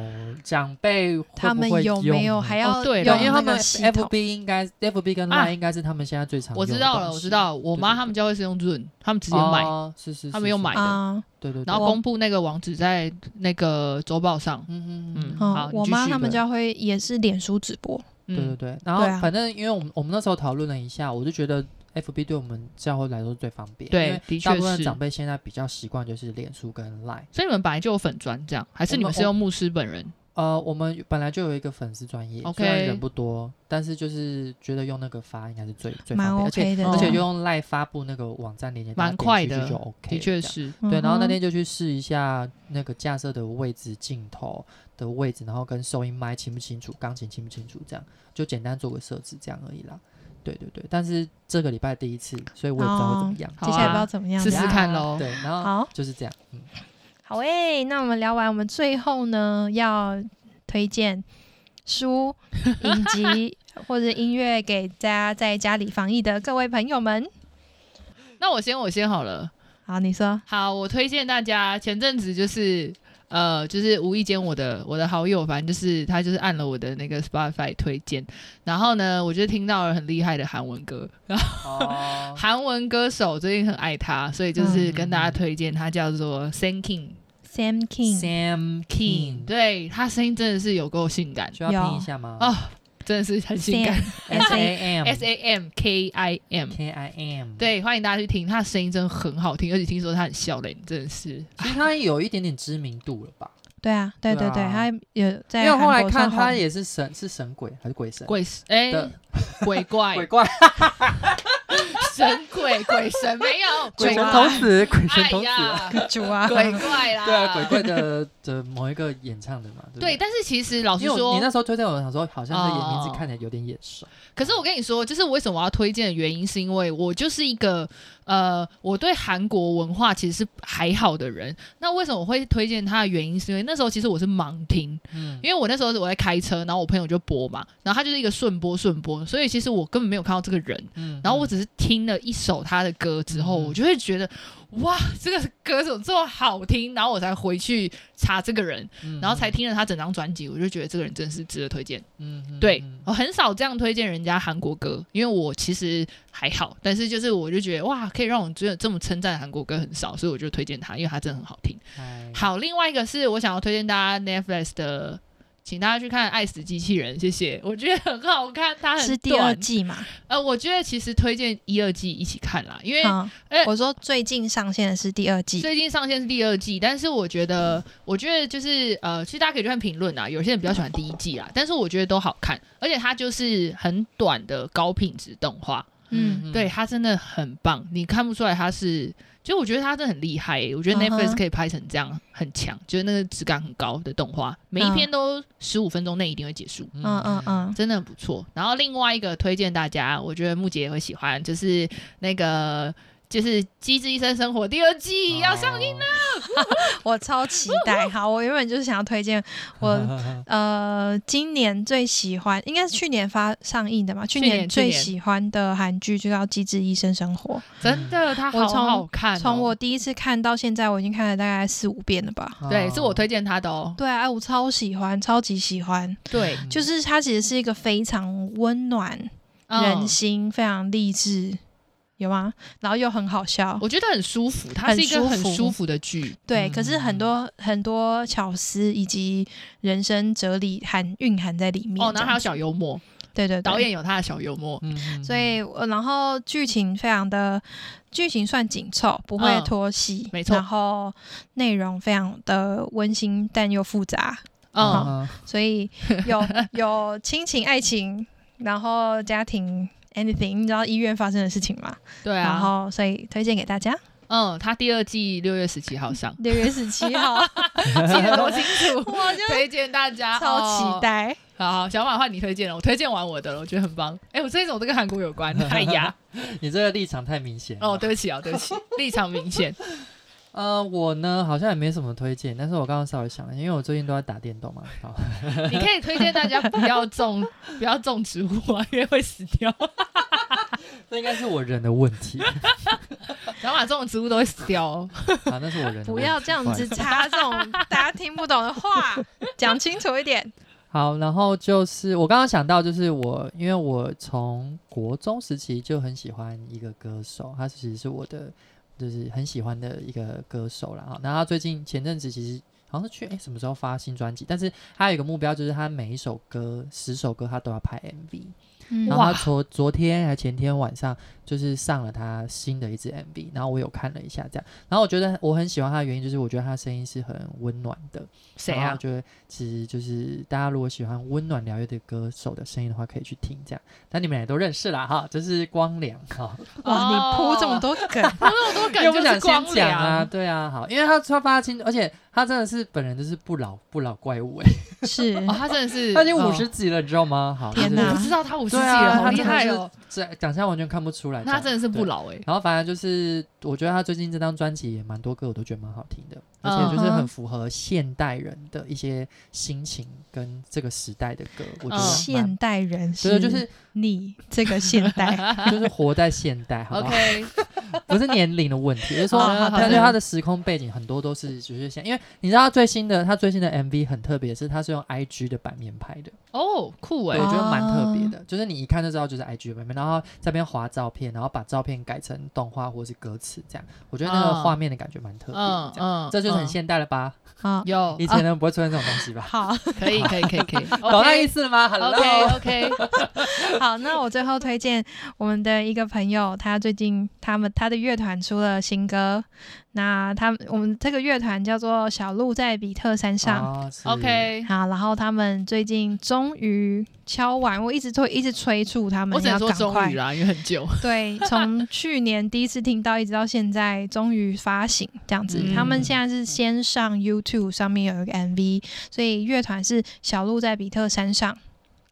[SPEAKER 2] 长辈会
[SPEAKER 1] 他
[SPEAKER 2] 不
[SPEAKER 1] 们
[SPEAKER 2] 会
[SPEAKER 1] 有没有
[SPEAKER 2] 用啊
[SPEAKER 1] 还要
[SPEAKER 3] 哦对
[SPEAKER 1] 用
[SPEAKER 2] 对，因为他
[SPEAKER 1] 那个
[SPEAKER 2] 们
[SPEAKER 1] 系统
[SPEAKER 2] FB 应该 FB 跟
[SPEAKER 3] 啊
[SPEAKER 2] Line 应该是他们现在最常
[SPEAKER 3] 我
[SPEAKER 2] 用的
[SPEAKER 3] 知道了，
[SPEAKER 2] 东
[SPEAKER 3] 我
[SPEAKER 2] 西
[SPEAKER 3] 知，道，我妈他们教会是用 Zoom，他们直接买，
[SPEAKER 2] 哦是是，
[SPEAKER 3] 他
[SPEAKER 2] 是
[SPEAKER 3] 们用
[SPEAKER 2] 是
[SPEAKER 3] 买的
[SPEAKER 1] 啊？
[SPEAKER 2] 对对，对
[SPEAKER 3] 然后公布那个网址在那个周报上。
[SPEAKER 2] 嗯
[SPEAKER 3] 嗯
[SPEAKER 2] 嗯
[SPEAKER 3] 嗯
[SPEAKER 2] 嗯，
[SPEAKER 1] 哦
[SPEAKER 3] 好，你
[SPEAKER 1] 我
[SPEAKER 3] 继
[SPEAKER 1] 妈
[SPEAKER 3] 续
[SPEAKER 1] 他们
[SPEAKER 2] 对
[SPEAKER 1] 教会也是脸书直播，
[SPEAKER 3] 嗯，
[SPEAKER 2] 对对对，然后
[SPEAKER 1] 对啊
[SPEAKER 2] 反正因为我们我们那时候讨论了一下，我就觉得 FB 对我们教会来说最方便，
[SPEAKER 3] 对
[SPEAKER 2] 因为
[SPEAKER 3] 的
[SPEAKER 2] 大
[SPEAKER 3] 确
[SPEAKER 2] 部分
[SPEAKER 3] 是
[SPEAKER 2] 长辈现在比较习惯就是脸书跟 Line，
[SPEAKER 3] 所以你们本来就有粉砖这样，还是
[SPEAKER 2] 我们
[SPEAKER 3] 你们是用牧师本人？
[SPEAKER 2] 呃，我们本来就有一个粉丝专业
[SPEAKER 3] OK
[SPEAKER 2] 虽然人不多，但是就是觉得用那个发应该是最最
[SPEAKER 1] 蛮
[SPEAKER 2] 方便，而且
[SPEAKER 1] OK 的，
[SPEAKER 3] 嗯
[SPEAKER 2] 而且
[SPEAKER 1] 这样
[SPEAKER 2] 用 Line 发布那个网站链接，
[SPEAKER 3] 蛮
[SPEAKER 2] 大家点
[SPEAKER 3] 快
[SPEAKER 2] 进去
[SPEAKER 3] 的
[SPEAKER 2] 就 OK，
[SPEAKER 3] 的确
[SPEAKER 2] 这样
[SPEAKER 3] 是，
[SPEAKER 2] 对，然后那天
[SPEAKER 1] 嗯
[SPEAKER 2] 就去试一下那个架设的位置、镜头的位置，然后跟收音麦清不清楚，钢琴清不清楚，这样就简单做个设置，这样而已啦。对对对，但是这个礼拜第一次，所以我也不知道会怎么样。
[SPEAKER 1] 哼接下来不知
[SPEAKER 3] 好
[SPEAKER 1] 道
[SPEAKER 3] 啊
[SPEAKER 1] 怎么样
[SPEAKER 3] 试
[SPEAKER 1] 子啊，
[SPEAKER 3] 试看咯
[SPEAKER 2] 对，然后
[SPEAKER 1] 好。
[SPEAKER 2] 就是这样。嗯，
[SPEAKER 1] 好诶、那我们聊完，我们最后呢要推荐书、影集或者音乐给大家在家里防疫的各位朋友们。
[SPEAKER 3] 那我先我先好了。
[SPEAKER 1] 好，你说，
[SPEAKER 3] 好，我推荐大家，前阵子就是呃，就是无意间我的我的好友，反正就是他就是按了我的那个 Spotify 推荐，然后呢，我就听到了很厉害的韩文歌，然后
[SPEAKER 2] 哦，
[SPEAKER 3] 韩文歌手最近很爱他，所以就是跟大家推荐，他叫做 San King
[SPEAKER 1] Sam King，
[SPEAKER 2] Sam King，
[SPEAKER 3] 对他声音真的是有够性感
[SPEAKER 2] 需要拼
[SPEAKER 1] 有
[SPEAKER 2] 一下吗？
[SPEAKER 3] 哦，真的是很性感
[SPEAKER 2] s
[SPEAKER 1] Sam
[SPEAKER 2] A M
[SPEAKER 3] ，S A M K I M。
[SPEAKER 2] K I M。，
[SPEAKER 3] 对，欢迎大家去听，他的声音真的很好听，而且听说他很笑脸，真的是
[SPEAKER 2] 其实他有一点点知名度了吧？
[SPEAKER 1] 对啊，对对
[SPEAKER 2] 对
[SPEAKER 1] 对，
[SPEAKER 2] 啊
[SPEAKER 1] 他有在
[SPEAKER 2] 因为我后来
[SPEAKER 1] 韩国
[SPEAKER 2] 看
[SPEAKER 1] 上
[SPEAKER 2] 他
[SPEAKER 1] 红
[SPEAKER 2] 也是神，是神鬼还是鬼神？
[SPEAKER 3] 鬼哎、
[SPEAKER 2] 的 *laughs*
[SPEAKER 3] 鬼怪
[SPEAKER 2] 鬼怪，
[SPEAKER 3] 神鬼鬼神没有
[SPEAKER 2] 鬼
[SPEAKER 3] 鬼
[SPEAKER 2] 神
[SPEAKER 3] 怪
[SPEAKER 2] 童子，鬼神童
[SPEAKER 3] 哎
[SPEAKER 2] 子。 *laughs*
[SPEAKER 3] 呀，
[SPEAKER 1] 主啊，
[SPEAKER 3] 鬼怪啦，
[SPEAKER 2] 对啊，鬼怪的的某一个演唱的嘛，对不
[SPEAKER 3] 对。
[SPEAKER 2] 对？
[SPEAKER 3] 但是其实老实
[SPEAKER 2] 因为我你
[SPEAKER 3] 说
[SPEAKER 2] 那，时候推荐我，想说好像这
[SPEAKER 3] 哦
[SPEAKER 2] 演名字看起来有点眼熟。
[SPEAKER 3] 可是我跟你说，就是为什么我要推荐的原因，是因为我就是一个呃，我对韩国文化其实是还好的人。那为什么我会推荐他的原因，是因为那时候其实我是盲听，
[SPEAKER 2] 嗯，
[SPEAKER 3] 因为我那时候我在开车，然后我朋友就播嘛，然后他就是一个顺播顺播，所以其实我根本没有看到这个人。
[SPEAKER 2] 嗯
[SPEAKER 3] 然后我只是听了一首他的歌之后，
[SPEAKER 2] 嗯
[SPEAKER 3] 我就会觉得哇，这个歌手这么好听，然后我才回去查这个人，
[SPEAKER 2] 嗯
[SPEAKER 3] 然后才听了他整张专辑，我就觉得这个人真是值得推荐。
[SPEAKER 2] 嗯嗯
[SPEAKER 3] 对
[SPEAKER 2] 嗯，
[SPEAKER 3] 我很少这样推荐人家韩国歌，因为我其实还好，但是就是我就觉得哇，可以让我觉得这么称赞韩国歌很少，所以我就推荐他，因为他真的很好听。
[SPEAKER 2] 哎
[SPEAKER 3] 好，另外一个是我想要推荐大家 Netflix 的。请大家去看《爱死机器人》，谢谢，我觉得很好看，它很
[SPEAKER 1] 是第二
[SPEAKER 3] 短。
[SPEAKER 1] 季嘛？
[SPEAKER 3] 呃，我觉得其实推荐一二季一起看啦，因为
[SPEAKER 1] 嗯
[SPEAKER 3] 哎，
[SPEAKER 1] 我说最近上线的是第二季，
[SPEAKER 3] 最近上线是第二季，但是我觉得，我觉得就是呃，其实大家可以去看评论啊，有些人比较喜欢第一季啦，但是我觉得都好看，而且它就是很短的高品质动画，
[SPEAKER 1] 嗯，
[SPEAKER 3] 对它真的很棒，你看不出来它是，就我觉得它真的很厉害耶、我觉得
[SPEAKER 1] 嗯哼
[SPEAKER 3] Netflix 可以拍成这样很强，就是那个质感很高的动画，每一
[SPEAKER 1] 嗯
[SPEAKER 3] 篇都十五分钟内一定会结束。
[SPEAKER 1] 嗯嗯嗯，
[SPEAKER 3] 真的很不错。然后另外一个推荐大家，我觉得木姐也会喜欢，就是那个就是《机智医生生活》第二
[SPEAKER 1] 哦
[SPEAKER 3] 季要上映了。
[SPEAKER 1] 我超期
[SPEAKER 3] *laughs*
[SPEAKER 1] 待。好，我原本就是想要推荐我
[SPEAKER 2] 我
[SPEAKER 1] 呃，今年最喜欢应该是去年发上映的嘛，去
[SPEAKER 3] 去年
[SPEAKER 1] 年
[SPEAKER 3] 去
[SPEAKER 1] 最
[SPEAKER 3] 年
[SPEAKER 1] 喜欢的韩剧就叫《机智医生生活
[SPEAKER 3] 真的， *laughs* 它
[SPEAKER 1] 我
[SPEAKER 3] 好
[SPEAKER 1] 从
[SPEAKER 3] 好看、》，哦
[SPEAKER 1] 从我，第一次看到现在，我已经看了大概四五遍了吧。
[SPEAKER 3] 对，是我推荐它的哦。
[SPEAKER 1] 对啊，哎我超喜欢，超级喜欢，
[SPEAKER 3] 对，
[SPEAKER 1] 就是它其实是一个非常温暖、
[SPEAKER 3] 嗯
[SPEAKER 1] 人心、非常励志，有吗？然后又很好笑，
[SPEAKER 3] 我觉嗯得很舒服，它是一个
[SPEAKER 1] 很舒
[SPEAKER 3] 很
[SPEAKER 1] 服
[SPEAKER 3] 舒服的剧。
[SPEAKER 1] 对。可是很多很多巧思以及人生哲理含蕴含在里面。
[SPEAKER 3] 哦，然后还有
[SPEAKER 1] 这样
[SPEAKER 3] 小幽默，
[SPEAKER 1] 对对对
[SPEAKER 3] 导演有他的小幽默。
[SPEAKER 2] 嗯，嗯
[SPEAKER 1] 所以我然后剧情非常的剧情算紧凑，不会
[SPEAKER 3] 嗯
[SPEAKER 1] 拖戏、
[SPEAKER 3] 没错
[SPEAKER 1] 然后内容非常的温馨但又复杂，
[SPEAKER 3] 嗯，
[SPEAKER 2] 嗯
[SPEAKER 1] 所以 *laughs* 有有亲情、爱情，然后家庭，anything，你知道医院发生的事情吗？
[SPEAKER 3] 对
[SPEAKER 1] 然
[SPEAKER 3] 啊，
[SPEAKER 1] 后所以推荐给大 *laughs* 家，，
[SPEAKER 3] 嗯，他第二季六月十七号上
[SPEAKER 1] *laughs* 六月十七 *laughs* 号，
[SPEAKER 3] 记得多清楚，
[SPEAKER 1] 我就
[SPEAKER 3] 推荐大家，
[SPEAKER 1] 超期
[SPEAKER 3] 哦。
[SPEAKER 1] 待。
[SPEAKER 3] 好好，小马的话你推荐了，我推荐完我的了，我觉得很棒。哎，我这一种都跟韩国
[SPEAKER 1] *laughs*
[SPEAKER 3] 有关，哎呀，
[SPEAKER 2] 你这个立场太明显了
[SPEAKER 3] 哦，对不起啊，对不起， *laughs* 立场明显，
[SPEAKER 2] 呃，我呢好像也没什么推荐，但是我刚刚稍微想了一下，因为我最近都在打电动嘛。好，
[SPEAKER 3] 你可以推荐大家不要种不要种植物啊，因为会死掉。
[SPEAKER 2] 这应该是我人的问题。
[SPEAKER 3] 小马种的植物都会死掉哦。
[SPEAKER 2] 啊，那是我人的问题。
[SPEAKER 1] 不要这样
[SPEAKER 2] 不好意
[SPEAKER 1] 子
[SPEAKER 2] 思。
[SPEAKER 1] 插这种 *laughs* 大家听不懂的话，讲清楚一点。
[SPEAKER 2] 好，然后就是我刚刚想到，就是我因为我从国中时期就很喜欢一个歌手，他其实是我的就是很喜欢的一个歌手啦。哈，那他最近前阵子其实。好像是去哎、什么时候发新专辑？但是他有一个目标，就是他每一首歌十首歌他都要拍 MV。然
[SPEAKER 1] 嗯
[SPEAKER 2] 后
[SPEAKER 3] 哇
[SPEAKER 2] 他昨昨天还前天晚上就是上了他新的一支 MV，然后我有看了一下这样，然后我觉得我很喜欢他的原因就是我觉得他的声音是很温暖的，
[SPEAKER 3] 谁
[SPEAKER 2] 然后我
[SPEAKER 3] 啊？
[SPEAKER 2] 觉得其实就是大家如果喜欢温暖疗愈的歌手的声音的话，可以去听这样。但你们也都认识啦哈，就是光良哈，
[SPEAKER 1] 哇，你铺这么多梗，
[SPEAKER 3] 我都感
[SPEAKER 2] 又不
[SPEAKER 3] 觉就
[SPEAKER 2] 想
[SPEAKER 3] 是
[SPEAKER 2] 先讲
[SPEAKER 3] 光良
[SPEAKER 2] 啊，，对啊，好，因为他他发清，而且他真的是本人就是不老不老怪物哎、
[SPEAKER 1] *laughs*
[SPEAKER 2] 嗯
[SPEAKER 1] 是
[SPEAKER 3] 哦，他真的
[SPEAKER 2] *laughs*
[SPEAKER 3] 是
[SPEAKER 2] 他已经
[SPEAKER 3] 哦
[SPEAKER 2] 五十几了，你知道吗？好，
[SPEAKER 1] 天
[SPEAKER 2] 哪
[SPEAKER 1] 哪，
[SPEAKER 3] 我不知道他五十几
[SPEAKER 2] 对啊，
[SPEAKER 3] 了，好
[SPEAKER 2] 他
[SPEAKER 3] 厉
[SPEAKER 2] 真的
[SPEAKER 3] 害
[SPEAKER 2] 是
[SPEAKER 3] 哦！
[SPEAKER 2] 这长相完全看不出来，
[SPEAKER 3] 那他真的是不
[SPEAKER 2] 对
[SPEAKER 3] 老哎。
[SPEAKER 2] 然后反正就是，我觉得他最近这张专辑也蛮多歌，我都觉得蛮好听的，
[SPEAKER 3] 嗯
[SPEAKER 2] 而且就是很符合现代人的一些心情跟这个时代的歌，我觉
[SPEAKER 3] 嗯
[SPEAKER 2] 得蛮。
[SPEAKER 1] 现代人
[SPEAKER 2] 所以
[SPEAKER 1] 是
[SPEAKER 2] 就是
[SPEAKER 1] 你这个现
[SPEAKER 3] *laughs*
[SPEAKER 1] 代，
[SPEAKER 2] 就是活在现代，好不好
[SPEAKER 3] OK，
[SPEAKER 2] 不是年龄的问题，就是说，
[SPEAKER 3] 好好好
[SPEAKER 2] 但是
[SPEAKER 3] 好
[SPEAKER 2] 他的时空背景很多都是就是现，因为你知道他最新的他最新的 MV 很特别，是他是用 IG 的版面拍的，
[SPEAKER 3] 哦，酷哎
[SPEAKER 2] 对，我，觉得蛮特别
[SPEAKER 3] 哦
[SPEAKER 2] 的，就是你一看就知道就是 IG 版面，然后这边划照片，然后把照片改成动画或是歌词这样，我觉得那个
[SPEAKER 3] 嗯
[SPEAKER 2] 画面的感觉蛮特别的
[SPEAKER 3] 嗯，
[SPEAKER 2] 这样
[SPEAKER 1] 哦
[SPEAKER 3] 嗯，
[SPEAKER 2] 这就是很
[SPEAKER 3] 嗯
[SPEAKER 2] 现代了吧？
[SPEAKER 1] 好，
[SPEAKER 3] 有
[SPEAKER 2] 以
[SPEAKER 3] 啊
[SPEAKER 2] 前人不会出现这种东西吧？
[SPEAKER 1] 好
[SPEAKER 3] 可以可以可以
[SPEAKER 2] *laughs*
[SPEAKER 3] 可以，
[SPEAKER 1] 哦
[SPEAKER 2] 懂那意
[SPEAKER 3] 思
[SPEAKER 2] 思了吗？Hello，
[SPEAKER 3] ？OK OK，
[SPEAKER 2] *laughs*
[SPEAKER 1] 好，那我最后推荐我们的一个朋友，他最近他们他的乐团出了新歌，那他们我们这个乐团叫做小鹿在比特山上。
[SPEAKER 2] 哦是
[SPEAKER 3] OK，
[SPEAKER 1] 好，然后他们最近终于敲完，我一直推一直催促他们
[SPEAKER 3] 我只
[SPEAKER 1] 要
[SPEAKER 3] 能说
[SPEAKER 1] 赶
[SPEAKER 3] 终
[SPEAKER 1] 快
[SPEAKER 3] 于，啦，因为很久。
[SPEAKER 1] 对，从去年第一次听到，一直到现在，终于发行这样子。
[SPEAKER 3] 嗯
[SPEAKER 1] 他们现在是先上 YouTube 上面有一个 MV，所以乐团是小鹿在比特山上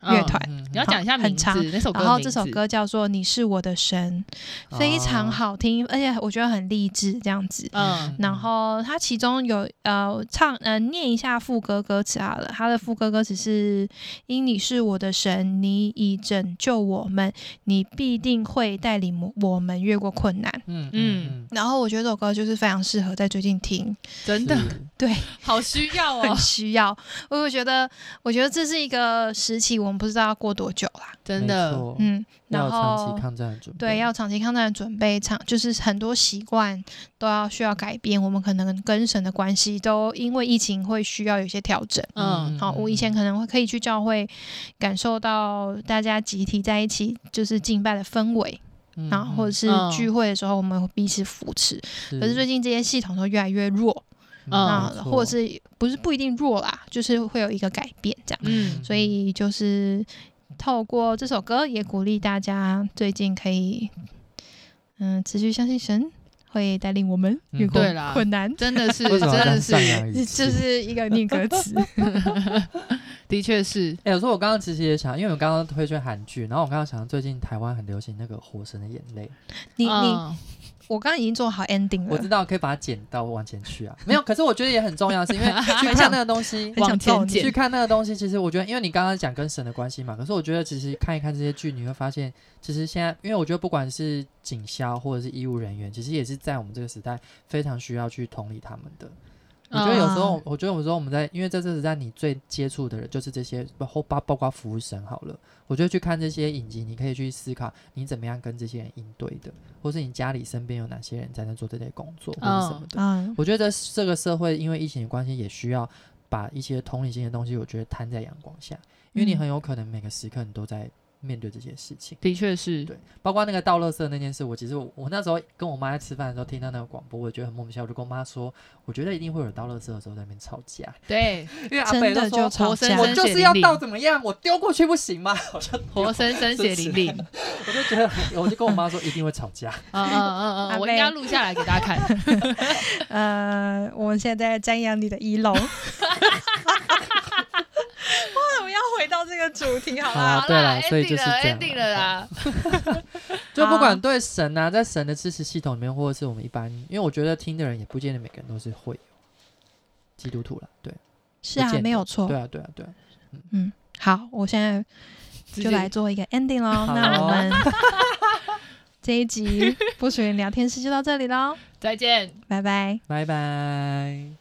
[SPEAKER 1] 乐团。
[SPEAKER 2] 嗯
[SPEAKER 3] 你要讲一下
[SPEAKER 1] 很
[SPEAKER 3] 名字哦
[SPEAKER 1] 长，
[SPEAKER 3] 那首歌，
[SPEAKER 1] 然后这首，歌叫做《你是我的神》，
[SPEAKER 2] 嗯
[SPEAKER 1] 非常。好听，而且我觉得很励志这样子。
[SPEAKER 2] 哦
[SPEAKER 3] 嗯
[SPEAKER 1] 然后它其中有呃唱呃念一下副歌歌词好了，它的副歌歌词是：因你是我的神，你已拯救我们，你必定会带领我我们越过困难。
[SPEAKER 2] 嗯
[SPEAKER 3] 嗯
[SPEAKER 1] 然后我觉得这首歌就是非常适合在最近听，
[SPEAKER 3] *laughs* 真的
[SPEAKER 2] 是
[SPEAKER 1] 对，
[SPEAKER 3] *laughs* 好需要 *laughs*
[SPEAKER 1] 很
[SPEAKER 3] 哦，
[SPEAKER 1] 需要。我会觉得，我觉得这是一个时期，我们不知道要过多久啦。
[SPEAKER 3] 真
[SPEAKER 2] 没
[SPEAKER 3] 的，
[SPEAKER 2] 错
[SPEAKER 1] 嗯，
[SPEAKER 2] 哦要
[SPEAKER 1] 然
[SPEAKER 2] 有长
[SPEAKER 1] 后
[SPEAKER 2] 期抗战的准备，
[SPEAKER 1] 对，要长期抗战的准备，长就是很多习惯都要需要改变。我们可能跟神的关系都因为疫情会需要有一些调整。
[SPEAKER 3] 嗯，
[SPEAKER 1] 好，我以前可能会可以去教会，感受到大家集体在一起就是敬拜的氛围，
[SPEAKER 2] 嗯，
[SPEAKER 1] 然后或者是
[SPEAKER 3] 嗯
[SPEAKER 1] 聚会的时候我们会彼此扶持。
[SPEAKER 2] 可
[SPEAKER 1] 可是最近这些系统都越来越弱，
[SPEAKER 2] 嗯
[SPEAKER 3] 嗯
[SPEAKER 1] 那或者是不是不一定弱啦，就是会有一个改变这样。
[SPEAKER 3] 嗯
[SPEAKER 1] 所以就是透过这首歌，也鼓励大家最近可以，嗯，持续相信神会带领我们
[SPEAKER 2] 嗯
[SPEAKER 1] 越过
[SPEAKER 3] 对啦
[SPEAKER 1] 困难。
[SPEAKER 3] 真的是，
[SPEAKER 2] 为什
[SPEAKER 3] 真
[SPEAKER 2] 么要这
[SPEAKER 3] 的
[SPEAKER 2] 样上
[SPEAKER 3] 是，
[SPEAKER 2] 扬语
[SPEAKER 1] 这
[SPEAKER 2] 气
[SPEAKER 1] 就是一个念歌词，
[SPEAKER 3] 的确是，
[SPEAKER 2] 哎、有时候我刚刚其实也想，因为我刚刚推荐韩剧，然后我刚刚想到最近台湾很流行那个《火神的眼泪》，
[SPEAKER 1] 你你，
[SPEAKER 3] 嗯
[SPEAKER 1] 我刚刚已经做好 ending
[SPEAKER 2] 我知
[SPEAKER 1] 了，
[SPEAKER 2] 道可以把它剪到往前去啊，没有，可是我觉得也很重要，是因为
[SPEAKER 1] *laughs*
[SPEAKER 2] 去看那个东西。
[SPEAKER 1] 很
[SPEAKER 3] 往
[SPEAKER 1] 想揍
[SPEAKER 3] 前
[SPEAKER 1] 你
[SPEAKER 2] 去
[SPEAKER 3] 剪，
[SPEAKER 2] 看那个东西，其实我觉得，因为你刚刚讲跟神的关系嘛，可是我觉得其实看一看这些剧，你会发现，其实现在，因为我觉得不管是警消或者是医务人员，其实也是在我们这个时代非常需要去同理他们的。我觉得有时候，我觉得有时候我们在，因为在这时代，你最接触的人就是这些，包括包包括服务生好了。我觉得去看这些影集，你可以去思考你怎么样跟这些人应对的，或是你家里身边有哪些人在那做这类工作或者什么的。
[SPEAKER 1] 嗯，
[SPEAKER 2] 我觉得这个社会因为疫情的关系，也需要把一些同理心的东西，我觉得摊在阳光下，因为你
[SPEAKER 1] 嗯
[SPEAKER 2] 很有可能每个时刻你都在面对这些事情。
[SPEAKER 3] 的确是，
[SPEAKER 2] 对，包括那个倒垃圾那件事，我其实我我那时候跟我妈在吃饭的时候听到那个广播，我也觉得很莫名其妙，我就跟我妈说，我觉得一定会有倒垃圾的时候在那边吵架，
[SPEAKER 3] 对，
[SPEAKER 2] 因为阿
[SPEAKER 1] 真
[SPEAKER 2] 北
[SPEAKER 1] 的
[SPEAKER 2] 都
[SPEAKER 1] 就
[SPEAKER 2] 说
[SPEAKER 1] 吵
[SPEAKER 3] 活生
[SPEAKER 1] 架
[SPEAKER 3] 生
[SPEAKER 2] 我就是要倒怎么样，我丢过去不行吗？ *laughs* 我就
[SPEAKER 3] 活生生血淋淋，
[SPEAKER 2] 我就觉得很，我就跟我妈说一定会吵架，
[SPEAKER 3] *laughs* 嗯嗯嗯
[SPEAKER 1] 阿
[SPEAKER 3] 嗯，我
[SPEAKER 1] 贝
[SPEAKER 3] 应该录下来给大家
[SPEAKER 2] *laughs*
[SPEAKER 3] 看。
[SPEAKER 1] 呃，我现在在瞻仰你的仪 *laughs* 容。我怎么要回到这个主题？好啦，
[SPEAKER 2] 啊对啦
[SPEAKER 3] 啦
[SPEAKER 2] 所以就
[SPEAKER 3] ，ending
[SPEAKER 2] 是
[SPEAKER 3] 了
[SPEAKER 2] 这样
[SPEAKER 3] ，ending 了啦。
[SPEAKER 2] 就不管对神啊，在神的支持系统里面，或者是我们一般，因为我觉得听的人也不见得每个人都是会有基督徒了，对，
[SPEAKER 1] 是啊
[SPEAKER 2] 不见，得
[SPEAKER 1] 没有错
[SPEAKER 2] 对。啊，对啊，对啊，
[SPEAKER 1] 好，我现在就来做一个 ending 喽。
[SPEAKER 2] 好
[SPEAKER 1] 那我
[SPEAKER 2] *laughs*
[SPEAKER 1] 们这一集不属于聊天室就到这里喽，
[SPEAKER 3] 再见。
[SPEAKER 1] 拜拜。
[SPEAKER 2] 拜拜。